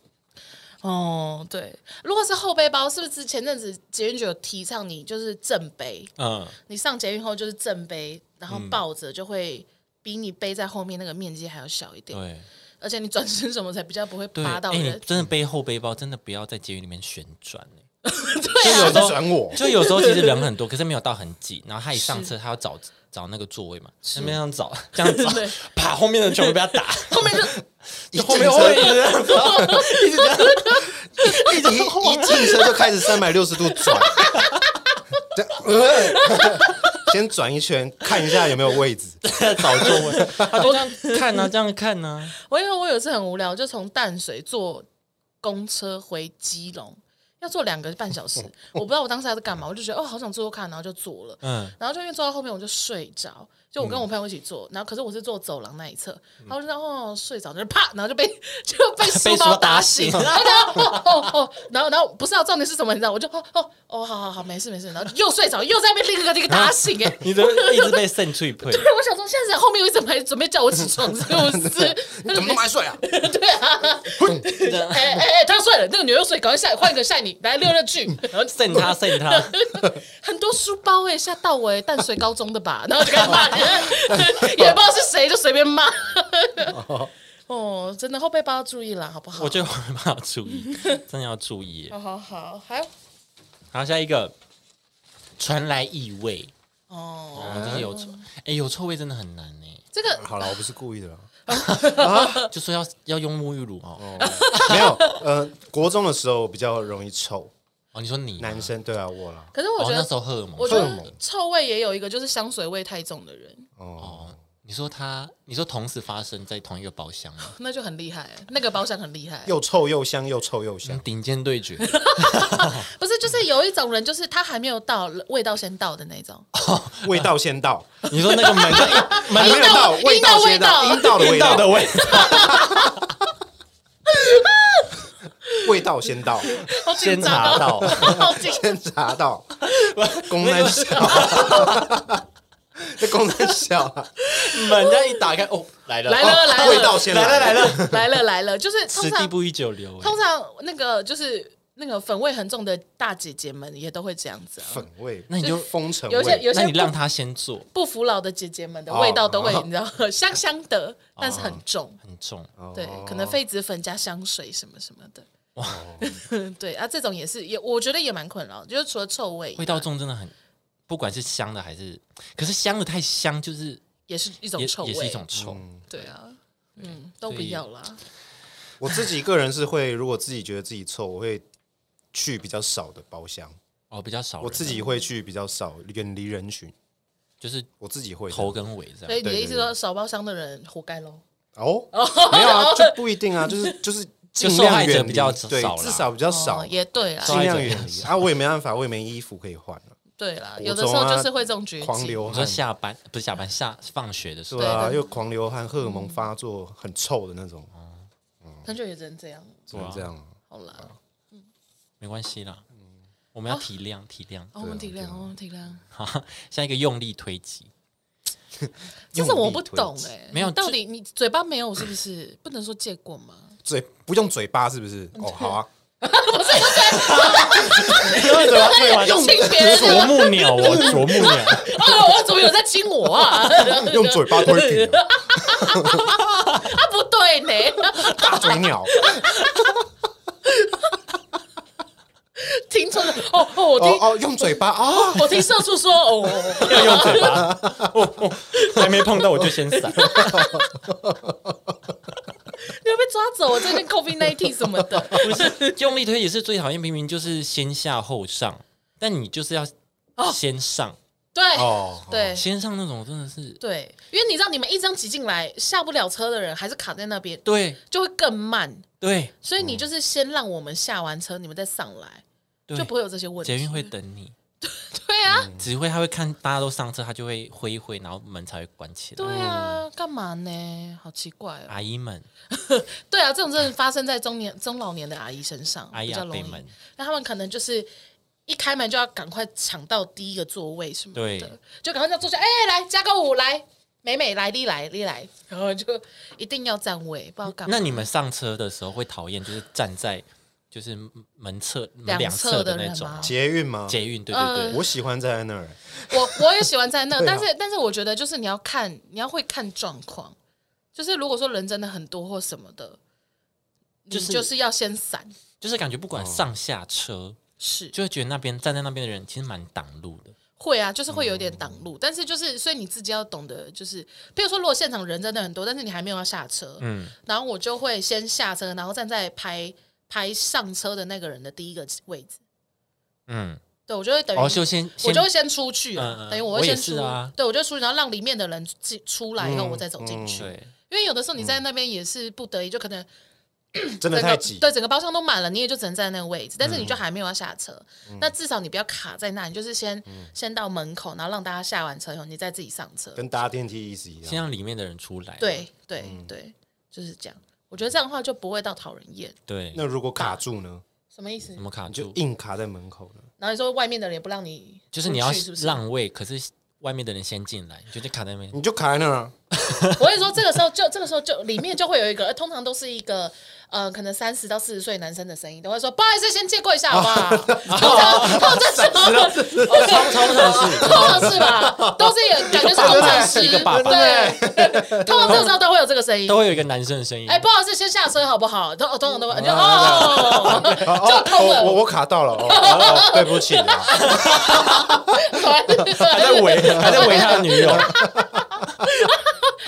Speaker 1: 哦，对，如果是后背包，是不是前阵子捷运局有提倡你就是正背，
Speaker 2: 嗯，
Speaker 1: 你上捷运后就是正背，然后抱着就会比你背在后面那个面积还要小一点，
Speaker 2: 对
Speaker 1: 而且你转身什么才比较不会
Speaker 2: 对，
Speaker 1: 扒到
Speaker 2: 哎你
Speaker 1: 人。
Speaker 2: 真的背后背包，真的不要在捷运里面旋转哎
Speaker 3: 就
Speaker 1: 对
Speaker 3: 有
Speaker 1: 啊，
Speaker 3: 在转我，
Speaker 2: 就有时候其实人很多，可是没有到很挤，然后他一上车，他要找找那个座位嘛，那边上找，这样找
Speaker 1: 对，
Speaker 2: [laughs] 啪，后面的人全部被他打，
Speaker 1: 后面就
Speaker 3: 一
Speaker 2: 后
Speaker 3: 进
Speaker 2: 面后面一
Speaker 3: 车
Speaker 2: 直这样子，一直这样子，
Speaker 3: 一一一进车就开始三百六十度转， [laughs] 这样呃 [laughs] 先转一圈，看一下有没有位置。
Speaker 2: 在找座位，
Speaker 1: [laughs]
Speaker 2: 他就这样看啊呢，这样看呢，
Speaker 1: 我因为我有一次很无聊，就从淡水坐公车回基隆，要坐两个半小 [laughs] 时，我不知道我当时还在干嘛，我就觉得哦好想坐坐看，然后就坐了。
Speaker 2: 嗯，
Speaker 1: 然后就因为坐到后面我就睡着，就我跟我朋友一起坐，然后可是我是坐走廊那一侧，然后就这样哦睡着，就是啪，然后就 [laughs] 被就被书包打醒， [laughs]
Speaker 2: 被书包
Speaker 1: 然后就哦哦哦，然后然后不知道重点是什么，你知道，我就哦哦哦好好好没事没事，然后就又睡着，又在被另一个那个打醒哎、
Speaker 2: 你怎么一直被肾脆配？
Speaker 1: 对， [laughs] 我想说现在后面有一整排准备叫我起床，是不 [laughs] 是？
Speaker 3: 你怎么那么爱睡啊？
Speaker 1: 对啊，哎哎哎，他睡了，那个女的又睡，赶快下换一个下你来溜溜去，然后
Speaker 2: 肾他肾他，
Speaker 1: 很多书包哎、吓到我哎、淡水高中的吧，然后就开
Speaker 2: [laughs]
Speaker 1: 始骂人，也不知道是谁，就随便骂。哦，真的后背包要注意啦，好不好？
Speaker 2: 我觉得我没办法注意，真的要注意耶。
Speaker 1: 好好好，还有
Speaker 2: 好，下一个，传来异味，
Speaker 1: 哦，
Speaker 2: 哦，这个有臭，哎，有臭味真的很难哎，
Speaker 1: 这个
Speaker 3: [laughs] 好了，我不是故意的啦。 [laughs]
Speaker 2: 就说要要用沐浴乳哦，
Speaker 3: 没有，呃，国中的时候比较容易臭，
Speaker 2: 哦，你说你吗
Speaker 3: 男，生对啊，我啦，
Speaker 1: 可是我
Speaker 2: 哦，
Speaker 1: 觉
Speaker 2: 那
Speaker 1: 得，
Speaker 2: 时候荷尔蒙
Speaker 1: 我觉
Speaker 3: 荷尔蒙
Speaker 1: 得臭味也有一个，就是香水味太重的人，
Speaker 3: 哦，
Speaker 2: 哦，你说他，你说同时发生在同一个包厢 [laughs] 吗？
Speaker 1: 那就很厉害、那个包厢很厉害。
Speaker 3: 又臭又香，又臭又香，
Speaker 2: 顶尖对 [laughs] 决，
Speaker 1: 不是，就是有一种人，就是他还没有到，味道先到的那种。
Speaker 3: 味道先到，
Speaker 2: 你说那个门跟
Speaker 3: 还没有到，
Speaker 1: 阴道
Speaker 3: 味道先到，阴
Speaker 1: 阴
Speaker 3: 道的
Speaker 2: 阴
Speaker 3: 味
Speaker 2: 道的
Speaker 3: 道，
Speaker 2: 味道，
Speaker 3: 味道先到，
Speaker 1: 好
Speaker 2: [laughs] [laughs] 先
Speaker 1: 紧张
Speaker 2: 查
Speaker 1: 哦，
Speaker 2: 到，
Speaker 1: 好紧张。
Speaker 3: 先查到，公男小， [laughs] 这公男小啊，
Speaker 2: [laughs] 门这样一打开，哦，来了，
Speaker 1: 来了来了
Speaker 3: 味道先
Speaker 2: 来了来
Speaker 3: 了，
Speaker 2: 了，
Speaker 1: 来了来了，就是
Speaker 2: 此
Speaker 1: 通
Speaker 2: 地
Speaker 1: 常
Speaker 2: 不宜久留，哎
Speaker 1: 通常那个就是那个粉味很重的大姐姐们也都会这样子、啊，
Speaker 3: 粉味，
Speaker 2: 那你就
Speaker 3: 风尘
Speaker 1: 有些
Speaker 3: 味，
Speaker 1: 有
Speaker 2: 那
Speaker 1: 些
Speaker 2: 你让
Speaker 1: 不
Speaker 2: 他先做，
Speaker 1: 不服老的姐姐们的
Speaker 3: 哦
Speaker 1: 味道都会
Speaker 3: 哦
Speaker 1: 你知道香香的，但是很重，
Speaker 2: 很重，
Speaker 3: [laughs] 哦
Speaker 1: 对，可能痱子粉加香水什么什么的。
Speaker 3: 哦
Speaker 1: [laughs] 哇，对啊，这种也是也，我觉得也蛮困扰，就是除了臭味以外，
Speaker 2: 味道重真的很不管是香的还是，可是香的太香就是
Speaker 1: 也是一种
Speaker 2: 也
Speaker 1: 臭味，
Speaker 2: 也是一种臭。
Speaker 1: 对啊，嗯，都不要啦。
Speaker 3: 我自己个人是会，如果自己觉得自己臭，我会去比较少的包厢，
Speaker 2: 哦，比较少人。
Speaker 3: 我自己会去比较少，远离人群。
Speaker 2: 就是
Speaker 3: 我自己会的
Speaker 2: 头跟尾这
Speaker 1: 所以
Speaker 2: 样。
Speaker 1: 你的意思
Speaker 3: 对对
Speaker 1: 说，少包厢的人活该喽？ [laughs]
Speaker 3: 哦，没有啊，就不一定啊，就是就是尽
Speaker 2: 受害
Speaker 3: 量
Speaker 2: 者
Speaker 3: 远离，
Speaker 2: 比较
Speaker 3: 对
Speaker 2: 少，啦
Speaker 3: 至少比较少
Speaker 1: 哦，也对啦，
Speaker 2: 少
Speaker 3: 尽量远
Speaker 2: 受害者比
Speaker 3: 离啊。我也没办法，我也没衣服可以换啊
Speaker 1: 对啦，
Speaker 3: 国
Speaker 1: 有的时候
Speaker 3: 中啊
Speaker 1: 就是会这种绝
Speaker 3: 狂
Speaker 1: 技。
Speaker 3: 流
Speaker 2: 我说
Speaker 3: 汗，
Speaker 2: 下班不是下班下放学的时候
Speaker 3: 对啊，
Speaker 1: 对嗯
Speaker 3: 又狂流汗，荷尔蒙发作，很臭的那种，
Speaker 1: 很久也只能这样，
Speaker 3: 只能这样啊。
Speaker 1: 好啦，
Speaker 2: 没关系啦，我们要体谅体谅。
Speaker 3: 啊
Speaker 2: [laughs]
Speaker 1: 哦我们体谅，我们体谅。
Speaker 2: 好，下一个用力推挤，
Speaker 1: 这是我不懂
Speaker 3: 用力推
Speaker 1: 哎，
Speaker 2: 没有
Speaker 1: 你到
Speaker 2: 这
Speaker 1: 底你嘴巴没有是不是？不能说借过
Speaker 3: [laughs]
Speaker 1: 吗？
Speaker 3: 嘴不用嘴巴是不是？
Speaker 1: [laughs]
Speaker 3: 哦，好啊，
Speaker 1: 用亲别人的，
Speaker 2: 啄木鸟哦，啄木鸟，
Speaker 1: 哦，我怎么有人在亲我啊？
Speaker 3: [laughs] 用嘴巴推顶啊，
Speaker 1: [laughs] 啊，不对呢，
Speaker 3: 大嘴鸟，
Speaker 1: 听错了。哦哦，我
Speaker 3: 哦
Speaker 1: 听
Speaker 3: 哦，用嘴巴啊，
Speaker 1: 我听社畜说，哦，
Speaker 2: 要用嘴巴，哦哦还没碰到我就先
Speaker 1: 你
Speaker 2: 闪。
Speaker 1: 要被抓走，我最近 COVID nineteen 什么的。
Speaker 2: 不是用力推也是最讨厌，明明就是先下后上，但你就是要先上，
Speaker 1: 对
Speaker 3: [laughs] 哦，
Speaker 1: 对
Speaker 2: 先上那种真的是
Speaker 1: 对，因为你知道，你们一张挤进来，下不了车的人还是卡在那边，
Speaker 2: 对
Speaker 1: 就会更慢。
Speaker 2: 对
Speaker 1: 所
Speaker 3: 嗯
Speaker 1: 以你就是先让我们下完车，你们再上来，
Speaker 2: 对，
Speaker 1: 就不会有这些问题。
Speaker 2: 捷运会等你，
Speaker 1: 对啊，
Speaker 2: 只会他会看大家都上车，他就会挥一挥，然后门才会关起来。
Speaker 1: 对
Speaker 2: 嗯
Speaker 1: 啊，干嘛呢？好奇怪哦。
Speaker 2: 阿姨们，
Speaker 1: 对啊，这种真的发生在中年、中老年的阿姨身上，
Speaker 2: 阿姨
Speaker 1: 比较
Speaker 2: 阿
Speaker 1: 容
Speaker 2: 伯
Speaker 1: 易。
Speaker 2: 们，
Speaker 1: 那他们可能就是一开门就要赶快抢到第一个座位什么
Speaker 2: 对
Speaker 1: 的，就赶快叫坐下，哎、来加个五来，美美来，丽来，丽来，然后就一定要占位，不知道干嘛。
Speaker 2: 那你们上车的时候会讨厌就是站在就是门侧门
Speaker 1: 两
Speaker 2: 两侧
Speaker 1: 侧
Speaker 2: 的
Speaker 1: 的
Speaker 2: 那
Speaker 1: 人
Speaker 2: 种
Speaker 1: 吗
Speaker 3: 捷运吗？
Speaker 2: 捷运，对对对，
Speaker 3: 我喜欢站在那儿，
Speaker 1: 我我也喜欢在
Speaker 2: [laughs]
Speaker 1: 那，
Speaker 3: 对啊
Speaker 1: 但是但是我觉得就是你要看，你要会看状况，就是如果说人真的很多或什么的，
Speaker 2: 就是
Speaker 1: 你就是要先闪，
Speaker 2: 就是感觉不管上下车，
Speaker 1: 是
Speaker 2: 就会觉得那边站在那边的人其实蛮挡路的。
Speaker 1: 会啊，就是会有一
Speaker 2: 嗯
Speaker 1: 点挡路，但是就是，所以你自己要懂得，就是，比如说，如果现场人真的很多，但是你还没有要下车，嗯，然后我就会先下车，然后站在排排上车的那个人的第一个位置，
Speaker 2: 嗯，
Speaker 1: 对我就会等于、
Speaker 2: 哦，就先
Speaker 1: 我
Speaker 2: 先
Speaker 1: 就会先出去啊，
Speaker 2: 嗯嗯
Speaker 1: 等于
Speaker 2: 我
Speaker 1: 会
Speaker 2: 也
Speaker 1: 先
Speaker 2: 是
Speaker 1: 出，
Speaker 2: 啊嗯
Speaker 1: 对我就出去，然后让里面的人进出来以后，我再走进去，
Speaker 2: 对，嗯
Speaker 1: 因为有的时候你在那边也是不得已，就可能
Speaker 3: 真的
Speaker 1: 整
Speaker 3: 太
Speaker 1: 个
Speaker 3: 挤，
Speaker 1: 对整个包厢都满了，你也就只能站在那个位置，但是你
Speaker 2: 嗯
Speaker 1: 就还没有要下车，那至少你不要卡在那，你就是先、
Speaker 2: 嗯
Speaker 1: 先到门口，然后让大家下完车以后，你再自己上车。
Speaker 3: 跟搭电梯意思一
Speaker 2: 先
Speaker 3: 样。
Speaker 2: 让里面的人出来。嗯
Speaker 1: 对对、对，就是这样。我觉得这样的话就不会到讨人厌。
Speaker 2: 对，
Speaker 3: 那如果卡住呢？
Speaker 1: 什么意思
Speaker 2: 怎？么卡
Speaker 3: 你就
Speaker 2: 住？
Speaker 3: 硬卡在门口了。
Speaker 1: 然后你说外面的人也不让你出去，
Speaker 2: 就是你要
Speaker 1: 是不是？
Speaker 2: 让位，可是外面的人先进来，你就就卡在那边。
Speaker 3: 你就卡在那儿啊，
Speaker 1: 我跟你说，这个时候就这个时候就里面就会有一个，呃通常都是一个呃，可能三十到四十岁男生的声音，都会说不好意思，先借过一下好不
Speaker 2: 啊
Speaker 1: 好？通常通常是通常是通常是吧，都是有感觉是工程师，
Speaker 2: 一个爸爸
Speaker 1: 对，通常这个时候都会有这个声音
Speaker 2: 都。会有一个男生的声音。
Speaker 1: 哎，不好意思，先下车好不好？通通常都会就
Speaker 2: 啊
Speaker 1: 哦，
Speaker 3: 哦
Speaker 1: 就
Speaker 3: 哦，
Speaker 1: 空了
Speaker 3: 我我我卡到了，哦哦哦对不起啊，
Speaker 2: 还在围，还在围他的女友，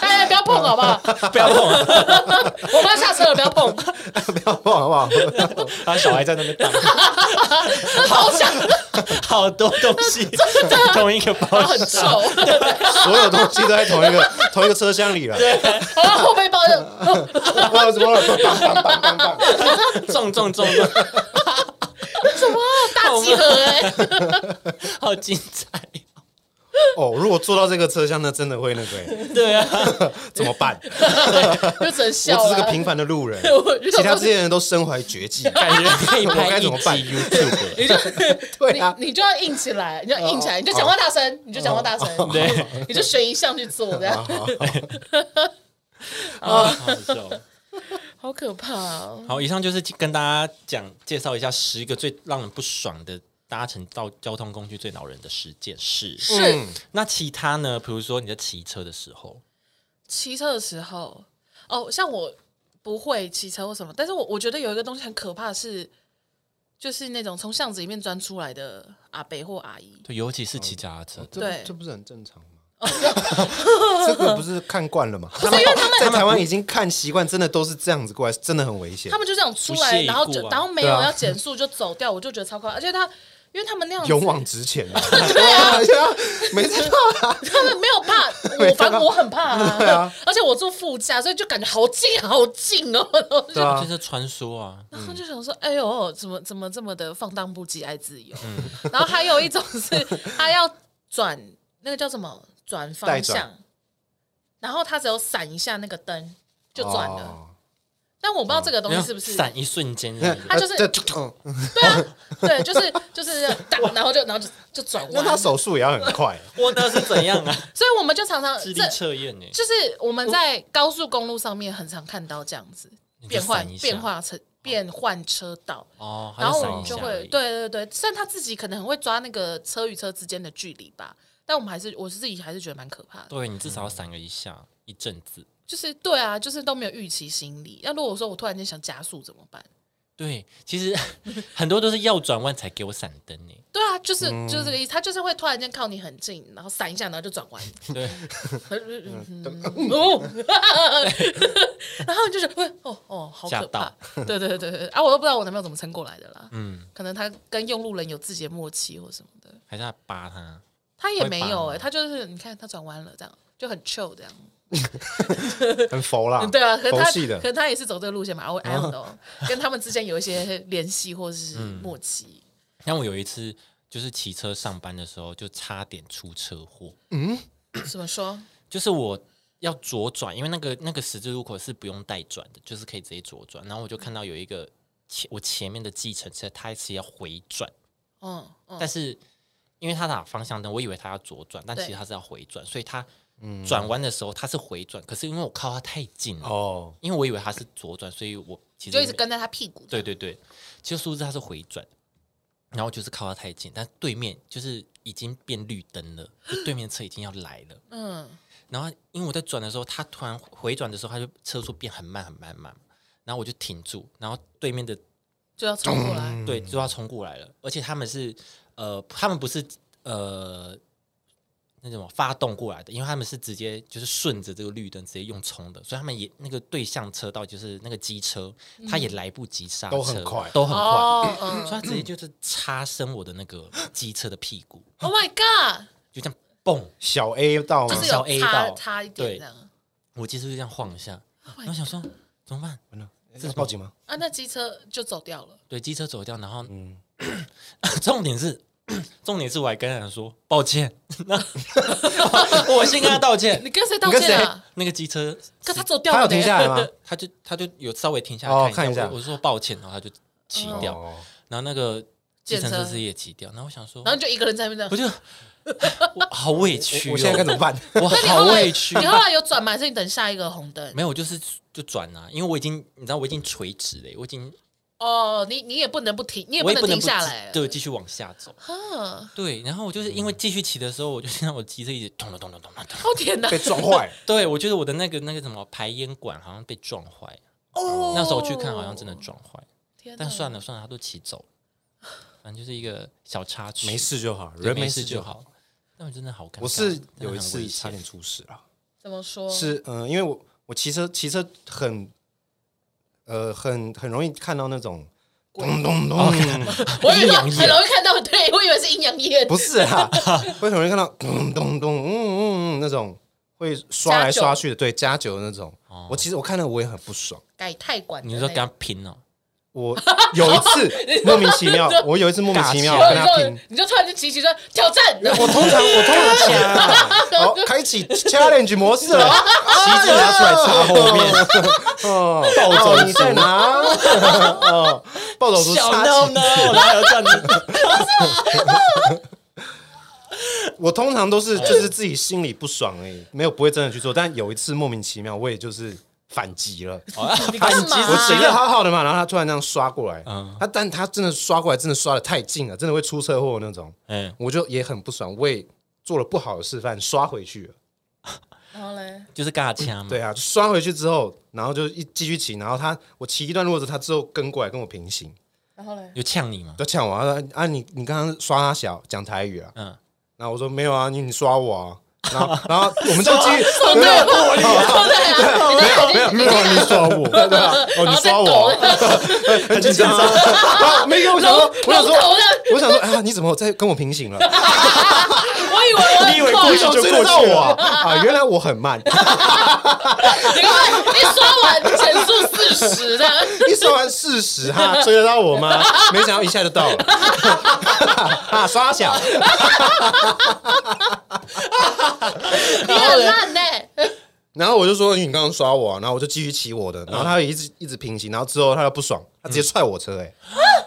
Speaker 1: 哎，不要碰好不好？
Speaker 2: 不要碰 [laughs] 啊！
Speaker 1: 我们要下车了，不要
Speaker 2: [laughs]
Speaker 1: 碰。
Speaker 3: 不要碰 [laughs] 好不 [laughs] 好？
Speaker 2: 他小孩在那边打，
Speaker 1: 好想，
Speaker 2: [laughs] 好多东西在同一个包
Speaker 1: 很
Speaker 2: 厢。
Speaker 1: 臭。
Speaker 3: 所有东西都在同一个 [laughs] 同一个车厢里了。
Speaker 1: 好了，后背包就
Speaker 3: 哇，怎么了？棒棒棒棒棒！
Speaker 2: 重重重，
Speaker 1: 什么大集合哎。
Speaker 2: 好精彩！
Speaker 3: 哦，如果坐到这个车厢，那真的会那个欸，
Speaker 2: 对啊，
Speaker 3: 怎么办？
Speaker 1: 就只能
Speaker 3: 我
Speaker 1: 笑
Speaker 3: 只是
Speaker 1: 了
Speaker 3: 个。平凡的路人
Speaker 1: 啊 [laughs] 我，就
Speaker 3: 其他这些人都身怀绝技，
Speaker 2: [laughs] 感觉可以
Speaker 3: 我
Speaker 2: 拍
Speaker 3: 该
Speaker 2: 一集
Speaker 3: 怎么办
Speaker 2: YouTube。
Speaker 1: [laughs] 你就
Speaker 3: [laughs] 对啊，哦
Speaker 1: 你你就要硬起来，你就要硬起来，你就讲话大声，你就讲话大声，
Speaker 2: 对，
Speaker 1: 你就选一项去做，这
Speaker 3: 哦
Speaker 1: 样
Speaker 2: 啊，好笑。
Speaker 1: 好可怕哦。
Speaker 2: 好，以上就是跟大家讲介绍一下十个最让人不爽的搭乘到交通工具最恼人的十件事。
Speaker 3: 嗯
Speaker 1: 是
Speaker 2: 那其他呢？比如说你在骑车的时候，
Speaker 1: 骑车的时候，哦，像我不会骑车或什么，但是我我觉得有一个东西很可怕是，就是那种从巷子里面钻出来的阿伯或阿姨。
Speaker 2: 对，尤其是骑脚踏车，
Speaker 3: 这
Speaker 1: 对
Speaker 3: 这不是很正
Speaker 1: [laughs]
Speaker 3: 常吗？这个不是看惯了吗？他们在台湾已经看习惯，真的都是这样子过来，真的很危险
Speaker 1: 他。们就这样出
Speaker 2: 不
Speaker 1: 来，
Speaker 2: 屑一顾啊
Speaker 1: 然后就然后没有
Speaker 3: 对啊
Speaker 1: 要减速就走掉，我就觉得超快，而且他因为他们那样子，
Speaker 3: 勇往直
Speaker 1: [laughs]
Speaker 3: 前啊！对啊，对啊 [laughs] 没错啊，
Speaker 1: 他们没有怕
Speaker 3: [laughs] 没
Speaker 1: 我，
Speaker 3: 看
Speaker 1: 反
Speaker 3: 到
Speaker 1: 正我很怕啊，
Speaker 3: 对啊
Speaker 1: 而且我坐副驾，所以就感觉好近好近哦，然后就
Speaker 3: 对啊
Speaker 2: 就，是穿梭啊，
Speaker 1: 然后就想说，哎呦，怎么怎么这么的放荡不羁、爱自由？
Speaker 3: 嗯
Speaker 1: 然后还有一种是他要转那个叫什么转
Speaker 3: 带
Speaker 1: 方
Speaker 3: 转
Speaker 1: 向，然后他只有闪一下那个灯就转了，
Speaker 3: 哦。
Speaker 1: 但我不知道这个东
Speaker 2: 然
Speaker 1: 西
Speaker 2: 后
Speaker 1: 是不是
Speaker 2: 闪一瞬间这样
Speaker 1: [laughs]
Speaker 2: 子，
Speaker 1: 他就是
Speaker 3: 呃这嗯
Speaker 1: 对啊，对，就是 [laughs] 就是当，然后就然后就就转
Speaker 3: 那
Speaker 1: 弯。
Speaker 3: 他手速也要很
Speaker 1: [laughs]
Speaker 3: 快，
Speaker 2: 我的是怎样啊？
Speaker 1: 所以我们就常常
Speaker 2: 智
Speaker 1: 这
Speaker 2: 力测验呢？
Speaker 1: 就是我们在高速公路上面很常看到这样子
Speaker 2: 你就
Speaker 1: 变换
Speaker 2: 闪一下
Speaker 1: 变化车变换车道，
Speaker 2: 哦，
Speaker 1: 然后我
Speaker 2: 还
Speaker 1: 们
Speaker 2: 是闪
Speaker 1: 就
Speaker 2: 一下而
Speaker 1: 会
Speaker 2: 已，
Speaker 1: 对对对，虽然他自己可能很会抓那个车与车之间的距离吧，但我们还是我是自己还是觉得蛮可怕的，
Speaker 2: 对你至少要闪个一下一阵子。
Speaker 1: 就是对啊，就是都没有预期心理。那如果说我突然间想加速怎么办？
Speaker 2: 对，其实 [laughs] 很多都是要转弯才给我闪灯呢。
Speaker 1: 对啊，就是、
Speaker 3: 嗯
Speaker 1: 就是这个意思，他就是会突然间靠你很近，然后闪一下，然后就转弯， [laughs]
Speaker 2: 对，
Speaker 3: 嗯
Speaker 1: 哦， [laughs] 然后你就是喂，哦哦，好
Speaker 2: 吓
Speaker 1: 可怕 [laughs]
Speaker 2: 到！
Speaker 1: 对对对对对，啊，我都不知道我男朋友怎么撑过来的啦。
Speaker 2: 嗯，
Speaker 1: 可能他跟用路人有自己的默契或什么的，
Speaker 2: 还是要扒他。
Speaker 1: 他也没有
Speaker 2: 会吧
Speaker 1: 哎、他就是你看他转弯了这样，就很 chill 这样。
Speaker 3: 很佛啦，
Speaker 1: 对啊，可
Speaker 3: 佛
Speaker 1: 他
Speaker 3: 系的
Speaker 1: 可，他也是走这个路线嘛，我
Speaker 2: [laughs]
Speaker 1: I don't know，跟他们之间有一些联系或是
Speaker 2: 嗯
Speaker 1: 默契。
Speaker 2: 像我有一次就是骑车上班的时候，就差点出车祸。
Speaker 1: 怎么说？
Speaker 2: 就是我要左转，因为那个那个十字路口是不用带转的，就是可以直接左转。然后我就看到有一个前我前面的计程车，它是要回转，
Speaker 1: 嗯嗯，
Speaker 2: 但是因为他打方向灯，我以为他要左转，但
Speaker 1: 对
Speaker 2: 其实他是要回转，所以他转弯的时候他是回转，可是因为我靠他太近了，
Speaker 3: 哦，
Speaker 2: 因为我以为他是左转，所以我其实
Speaker 1: 就一直跟在他屁股。
Speaker 2: 对，对对，其实殊不知他是回转，然后就是靠他太近，但对面就是已经变绿灯了，就对面车已经要来了。
Speaker 1: 嗯，
Speaker 2: 然后因为我在转的时候，他突然回转的时候，他就车速变很慢很慢很慢，然后我就停住，然后对面的
Speaker 1: 就要冲过
Speaker 3: 嗯
Speaker 1: 来。
Speaker 2: 嗯对就要冲过来了，而且他们是呃，他们不是呃那什么发动过来的，因为他们是直接就是顺着这个绿灯直接用冲的，所以他们也那个对向车道就是那个机车，他也来不及刹车，
Speaker 3: 都很快
Speaker 2: 都很快，
Speaker 1: 哦
Speaker 2: 所
Speaker 1: 嗯
Speaker 2: 以他直接就是擦身我的那个机车的屁股，
Speaker 1: ，Oh my god！
Speaker 2: 就这样蹦，
Speaker 3: 小 A 到吗
Speaker 1: 就？是
Speaker 2: 嗯小
Speaker 1: 有
Speaker 2: A
Speaker 1: 差
Speaker 2: 到
Speaker 1: 差一点
Speaker 2: 对
Speaker 1: 这样。
Speaker 2: 我其实就这样晃一下，
Speaker 1: 哦
Speaker 2: 然后想说怎么办？
Speaker 3: 这嗯是报警吗？
Speaker 1: 啊，那机车就走掉了。
Speaker 2: 对，机车走掉，然后，
Speaker 3: 嗯
Speaker 2: [laughs] 重点是， [clears throat] 重点是我还跟人说抱歉，那 [laughs] 我先跟他道歉。
Speaker 1: [laughs] 你跟谁道歉啊？
Speaker 2: 那个机车，
Speaker 1: 可他走掉了、
Speaker 3: 他有停下来吗？
Speaker 2: 他就他就有稍微停下
Speaker 3: 哦
Speaker 2: 来看一下，
Speaker 3: 看一下
Speaker 2: 我我就说抱歉，然后他就骑掉，
Speaker 3: 哦
Speaker 2: 然后那个计
Speaker 1: 检
Speaker 2: 程车
Speaker 1: 测
Speaker 2: 司机也骑掉，然后我想说
Speaker 1: [laughs] 然，后你就一个人在那边
Speaker 2: 我
Speaker 1: 这样。
Speaker 2: 就 [laughs] 我好委屈、哦
Speaker 3: 我现在该怎
Speaker 2: [laughs]
Speaker 3: 么办？
Speaker 2: 我
Speaker 1: 那你
Speaker 2: 好
Speaker 1: 后来
Speaker 2: 委屈
Speaker 1: 你，后来有转吗？还是你等下一个红灯？
Speaker 2: 没有，我就是就转啊，因为我已经你知道我已经垂直了，我已经
Speaker 1: 哦，你你也不能不停，你也
Speaker 2: 我也
Speaker 1: 能
Speaker 2: 不能
Speaker 1: 停
Speaker 2: 不
Speaker 1: 下
Speaker 2: 继
Speaker 1: 来。
Speaker 2: 对，继续往下走。
Speaker 1: 啊，
Speaker 2: 对，然后我就是因
Speaker 3: 嗯
Speaker 2: 为继续骑的时候，我就听到我机车一直咚了咚了咚了咚了。
Speaker 1: 好甜的
Speaker 3: 被撞坏，
Speaker 2: 对，我觉得我的那个那个什么排烟管好像被撞坏了，
Speaker 1: 哦
Speaker 2: 那时候我去看好像真的。撞坏，
Speaker 1: 天哪
Speaker 2: 但算了算了，他都骑走了，反正就是一个小插曲，
Speaker 3: 没事就好，
Speaker 2: 对，
Speaker 3: 人
Speaker 2: 没
Speaker 3: 事
Speaker 2: 就
Speaker 3: 好。。
Speaker 2: 但我真的好尴尬，
Speaker 3: 我是
Speaker 2: 真的
Speaker 3: 有一
Speaker 2: 很
Speaker 3: 次
Speaker 2: 危
Speaker 3: 差
Speaker 2: 险
Speaker 3: 点出事了，
Speaker 1: 怎么说？
Speaker 3: 是嗯、呃因为我我骑车骑车很呃很很容易看到那种咚咚咚，
Speaker 1: 我以为
Speaker 2: 阴
Speaker 1: 说
Speaker 2: 阳
Speaker 1: 很
Speaker 2: 眼
Speaker 1: 容易看到，对我以为是阴阳眼。
Speaker 3: 不是啦，会很容易看到咚咚咚，嗯嗯嗯那种会刷来刷去的，对，加酒的那种。我其实我看了我也很不爽。
Speaker 1: 改太管的那个，
Speaker 2: 你说
Speaker 3: 哎
Speaker 2: 跟他拼哦，
Speaker 3: 我有
Speaker 1: [laughs]
Speaker 3: 一次莫名其妙，我有一次莫名其妙
Speaker 1: 然
Speaker 3: 跟他
Speaker 1: 后你
Speaker 3: 拼
Speaker 1: 就，你就突然就起起说挑战，然后
Speaker 3: 我通常我通常骑啊，哦，开启 challenge 模
Speaker 1: [laughs]
Speaker 3: 式了，旗
Speaker 1: 啊
Speaker 3: 子拿出来插后面，哦，暴走你在 [laughs] 哪？哦，暴走族插旗
Speaker 2: no，然后这样
Speaker 3: [laughs]
Speaker 2: 子，
Speaker 3: 我通常都是就是自己心里不爽而已，没有不会真的去做。但有一次莫名其妙，我也就是反击了。
Speaker 1: 你
Speaker 3: 他
Speaker 2: 哦
Speaker 1: 干
Speaker 3: [laughs]
Speaker 1: 嘛？
Speaker 3: 我骑的好好的嘛，然后他突然这样刷过来，
Speaker 2: 嗯
Speaker 3: 他但他真的刷过来，真的刷的太近了，真的会出车祸那种。
Speaker 2: 嗯，
Speaker 3: 我就也很不爽，我也做了不好的示范，刷回去了。
Speaker 1: 然后嘞，
Speaker 2: 就是尬掐嘛，
Speaker 3: 对啊，刷回去之后，然后就一继续骑，然后他我骑一段路之后，他之后跟过来跟我平行，
Speaker 1: 然后嘞，
Speaker 2: 有呛你吗？
Speaker 3: 都呛我，他说啊你你刚刚刷他小讲台语啊，
Speaker 2: 嗯，
Speaker 3: 然后我说没有啊，你你刷我啊，然后然后我们就继
Speaker 1: 啊
Speaker 3: 续啊没有没有没有没有你刷我，对吧？哦你刷我啊，很紧张
Speaker 2: [laughs]
Speaker 3: 啊，然后没有我想说我想
Speaker 1: 龙
Speaker 3: 说
Speaker 1: 头的，
Speaker 3: 我想说啊你怎么在跟我平行了？
Speaker 1: 我以为我很
Speaker 2: 你以为
Speaker 1: 快
Speaker 2: 故
Speaker 3: 你
Speaker 2: 意
Speaker 3: 怎么
Speaker 2: 就
Speaker 3: 追
Speaker 2: 过
Speaker 3: 得到
Speaker 2: 去
Speaker 3: 我
Speaker 2: 了
Speaker 3: 啊啊原来我很慢，
Speaker 1: 你看一刷完减速四十的，
Speaker 3: 一说完事实哈，追得到我吗？没想到一下就到了， [laughs] 啊，刷小，
Speaker 1: 你很烂呢、欸
Speaker 3: 然后我就说你刚刚刷我、啊，然后我就继续骑
Speaker 2: 嗯
Speaker 3: 我的，然后他一直一直平行，然后之后他就不爽，他直接踹我车、欸，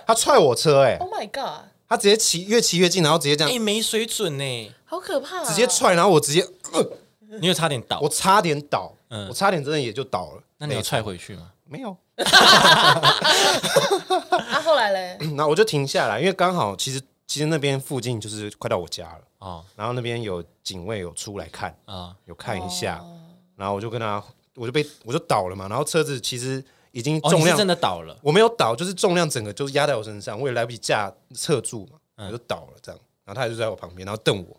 Speaker 3: 他踹我车、欸，
Speaker 1: Oh my god，
Speaker 3: 他直接骑越骑越近，然后直接这
Speaker 2: 哎、
Speaker 3: 样
Speaker 2: 没水准呢，
Speaker 1: 好可怕、啊！
Speaker 3: 直接踹，然后我直接，呃
Speaker 2: 你有差点倒
Speaker 3: 我，差点倒，
Speaker 2: 嗯
Speaker 3: 我差点真的也就倒了，
Speaker 2: 那你有踹回去吗？
Speaker 3: 没有，
Speaker 1: 啊！后来嘞，
Speaker 3: 嗯然后我就停下来，因为刚好其实其实那边附近就是快到我家了，
Speaker 2: 哦
Speaker 3: 然后那边有警卫有出来看，
Speaker 2: 啊，
Speaker 3: 有看一下，
Speaker 2: 哦
Speaker 3: 然后我就跟他，我就被我就倒了嘛，然后车子其实已经
Speaker 2: 哦，
Speaker 3: 重
Speaker 2: 你
Speaker 3: 量、
Speaker 2: 是真的倒了，
Speaker 3: 我没有倒，就是重量整个就是压在我身上，我也来不及架侧住嘛，我就倒了这样。然后他就在我旁边，然后瞪我。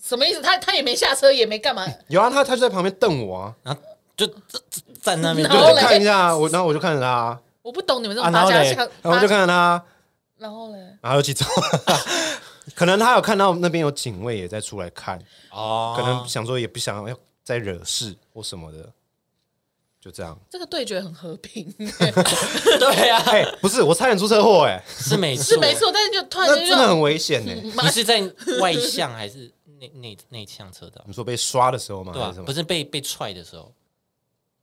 Speaker 1: 什么意思？他他也没下车，也没干嘛，
Speaker 3: 有啊，他他就在旁边瞪我啊，
Speaker 2: 然后就就就站那边
Speaker 1: 然后
Speaker 3: [laughs] 对，
Speaker 1: 嘞
Speaker 3: 看一下啊我，然后我就看着他啊，
Speaker 1: 我不懂你们这
Speaker 2: 啊
Speaker 1: 种
Speaker 2: 然
Speaker 1: 八
Speaker 2: 后
Speaker 1: 家
Speaker 2: 嘞
Speaker 1: 将。
Speaker 3: 然后我就
Speaker 1: 八，
Speaker 3: 看着他啊，
Speaker 1: 然后嘞，
Speaker 3: 然后就去走了。可能他有看到那边有警卫也在出来看，
Speaker 2: 哦， [laughs]
Speaker 3: 可能想说也不想要再惹事或什么的，就这样。
Speaker 1: 这个对决很和平，欸
Speaker 2: 对啊，
Speaker 3: 哎，不是，我差点出车祸哎，
Speaker 2: 是没错，
Speaker 1: 是没。错，但是就突然
Speaker 3: 那
Speaker 1: 间
Speaker 3: 真
Speaker 1: 就
Speaker 3: 的很危险哎。
Speaker 2: [laughs] 你是在外向还是内内内向车道？
Speaker 3: 你说被刷的时候吗？
Speaker 2: 对
Speaker 3: 嗯
Speaker 2: 吧
Speaker 3: 还是什？么
Speaker 2: 不是被被踹的时候，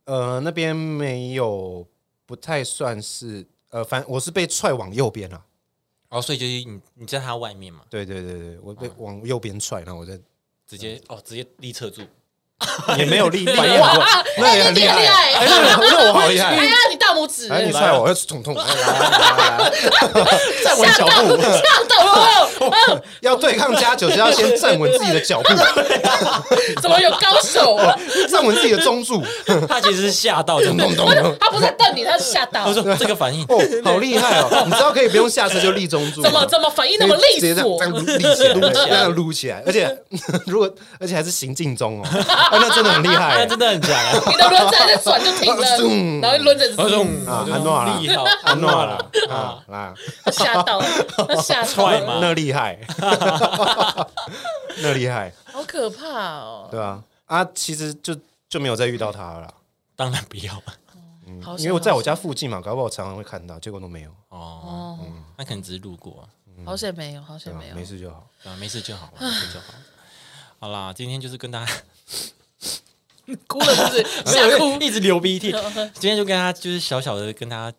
Speaker 3: 呃，那边没有，不太算是呃，反我是被踹往右边了。
Speaker 2: 哦，所以就是你你在他外面嘛，
Speaker 3: 对对对对，我被往右边踹，然后我在
Speaker 2: 直接
Speaker 3: 嗯
Speaker 2: 哦直接立侧住，
Speaker 3: 也没有力反应
Speaker 1: 哇
Speaker 3: 过，，那也
Speaker 1: 哎
Speaker 3: 很
Speaker 1: 你
Speaker 3: 厉
Speaker 1: 很
Speaker 3: 害
Speaker 1: 厉
Speaker 3: 欸，哎，
Speaker 1: 害，
Speaker 3: 那个那我好厉害
Speaker 1: 哎。呀，你大拇指，
Speaker 3: 哎，你
Speaker 1: 吓
Speaker 3: 踹我，要痛痛，哎来来来来来
Speaker 2: 站稳脚步，
Speaker 1: 到了，
Speaker 3: 要对抗加九，就要先站稳自己的脚步，
Speaker 1: 怎么有高手啊？
Speaker 3: 站稳自己的中柱，
Speaker 2: 他其实是吓到，就
Speaker 3: [laughs] 咚咚咚咚。
Speaker 1: 他不是瞪你，他是吓到
Speaker 2: 他，说这个反应，
Speaker 3: 哦，好厉害哦！你知道可以不用下车就立中柱吗，
Speaker 1: 怎么怎么反应那么
Speaker 3: 直接
Speaker 1: 利
Speaker 3: 这样
Speaker 1: 索
Speaker 3: 这？样撸立起来，撸起来，这样撸起来，而且 [laughs] 如果而且还是行进中哦，啊那真的很厉害
Speaker 2: 他
Speaker 3: [laughs] 欸。
Speaker 2: 真的很强啊，
Speaker 1: 你的轮子还在转就停了，
Speaker 3: 嗯
Speaker 1: 然后轮嗯子
Speaker 2: 我说
Speaker 3: 啊安诺啦
Speaker 2: 厉害，
Speaker 3: 安
Speaker 2: 安
Speaker 3: 诺
Speaker 2: 诺
Speaker 3: 啦
Speaker 2: 啦，
Speaker 3: 啊
Speaker 2: 啊
Speaker 3: 啦，
Speaker 1: 他吓到了，他吓到
Speaker 2: 踹
Speaker 1: 了，
Speaker 2: 嘛
Speaker 3: 那厉害， [laughs] 那厉害，
Speaker 1: 好可怕哦！
Speaker 3: 对吧、啊？啊，其实就就没有再遇到他了啦，
Speaker 2: 当然不要
Speaker 1: 好
Speaker 3: 因为我在我家附近嘛，搞不好常常会看到，结果都没有，
Speaker 2: 哦，
Speaker 1: 哦，
Speaker 2: 他可能只是路过啊，
Speaker 1: 好险没有，好险
Speaker 3: 嗯对吧、
Speaker 1: 没有，
Speaker 3: 没事就好。
Speaker 2: 对啊，没事就好了，没事就好了。好啦，今天就是跟大家。
Speaker 1: 哭了是不
Speaker 3: [laughs]
Speaker 1: 是？ [laughs] 吓哭
Speaker 2: [laughs] 一直流
Speaker 1: [laughs]
Speaker 2: 鼻涕。今天就跟他就是小小的跟大家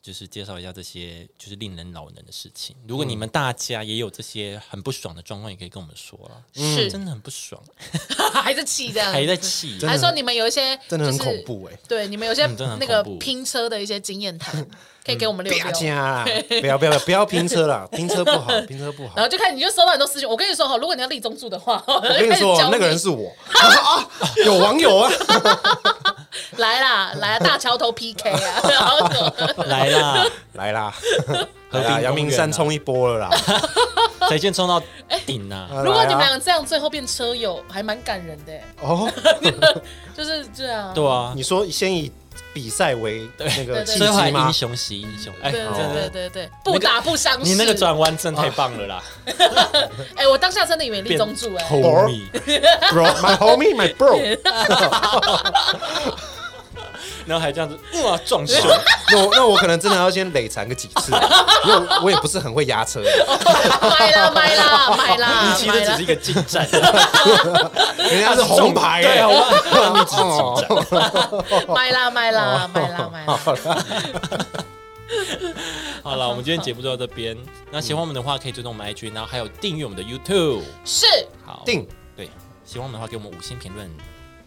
Speaker 2: 就是介绍一下这些就是令人恼人的事情。如果你
Speaker 1: 嗯
Speaker 2: 们大家也有这些很不爽的状况，也可以跟我们说了，
Speaker 1: 是嗯
Speaker 2: 真的很不爽，
Speaker 1: 还在气这样，
Speaker 2: 还
Speaker 1: [laughs]
Speaker 2: 在气，
Speaker 3: 真的
Speaker 1: 还说你们有一些
Speaker 3: 真的很
Speaker 1: 就是
Speaker 3: 恐怖哎、
Speaker 1: 对，你们有些
Speaker 2: 嗯真的很
Speaker 1: 那个
Speaker 2: 恐怖
Speaker 1: 拼车的一些经验谈，可以给我们留
Speaker 3: 嗯不要
Speaker 1: 留。
Speaker 3: 加 [laughs] 啦，不要不要不要拼车啦，拼车不好，拼车不好
Speaker 1: 然。后就看你就收到很多私信，我跟你说哈，如果你要立中柱的话， [laughs] 我
Speaker 3: 我跟你说， [laughs] 那个人是我 [laughs] 啊，有网友啊，
Speaker 1: 来啦来啦，大桥头 PK 啊， [laughs] 然后就
Speaker 2: 来啦，
Speaker 3: 来啦，
Speaker 2: [laughs] 和平公
Speaker 3: 来
Speaker 2: 园
Speaker 3: 啦，
Speaker 2: 啊
Speaker 3: 阳明山冲一波了啦。
Speaker 2: 才先冲到顶呐。
Speaker 1: 如果你们
Speaker 3: 来啊
Speaker 1: 俩这样最后变车友，还蛮感人的欸，
Speaker 3: 哦，
Speaker 1: 就是这样。
Speaker 2: 对啊，
Speaker 3: 你说先以比赛为那
Speaker 1: 对对
Speaker 3: 个契
Speaker 2: 所以后来
Speaker 3: 机吗
Speaker 2: 英？雄惜英雄，哎，
Speaker 1: 对
Speaker 2: 真
Speaker 1: 对对
Speaker 2: 的，
Speaker 1: 对对，不打不相识。
Speaker 2: 你那个，转弯真的太棒了啦，
Speaker 1: 哎，我当下真的以为立
Speaker 2: 变
Speaker 1: 中柱，哎，
Speaker 2: homie
Speaker 3: bro，my homie，my bro，
Speaker 2: 然后还这样子哇撞胸，
Speaker 3: 那我那我可能真的要先累残个几次，因为我我也不是很会压车的，
Speaker 1: 买啦啊买啦买啦，
Speaker 2: [laughs] 你其实
Speaker 1: 啊买
Speaker 2: 只
Speaker 1: 啦
Speaker 2: 是一个进站，
Speaker 3: 人家是红牌
Speaker 2: 对啊，
Speaker 3: [laughs] 欸，哦
Speaker 2: 我你只是进站。
Speaker 1: 买啦买
Speaker 2: 哦
Speaker 1: 啦买啦买
Speaker 2: [laughs]
Speaker 1: 啦。
Speaker 2: 好了，我们今天节目就到这边。那喜欢我们的话，可以追踪我们 IG，然后还有订阅我们的 YouTube。
Speaker 1: 是，
Speaker 2: 好，
Speaker 3: 定
Speaker 2: 对，喜欢我们的话，给我们五星评论。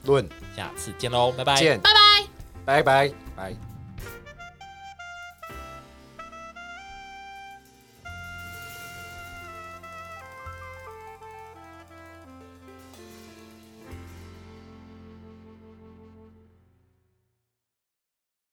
Speaker 3: 论
Speaker 2: 下次见喽，拜拜。
Speaker 3: 见，
Speaker 1: 拜拜。
Speaker 3: 拜拜拜。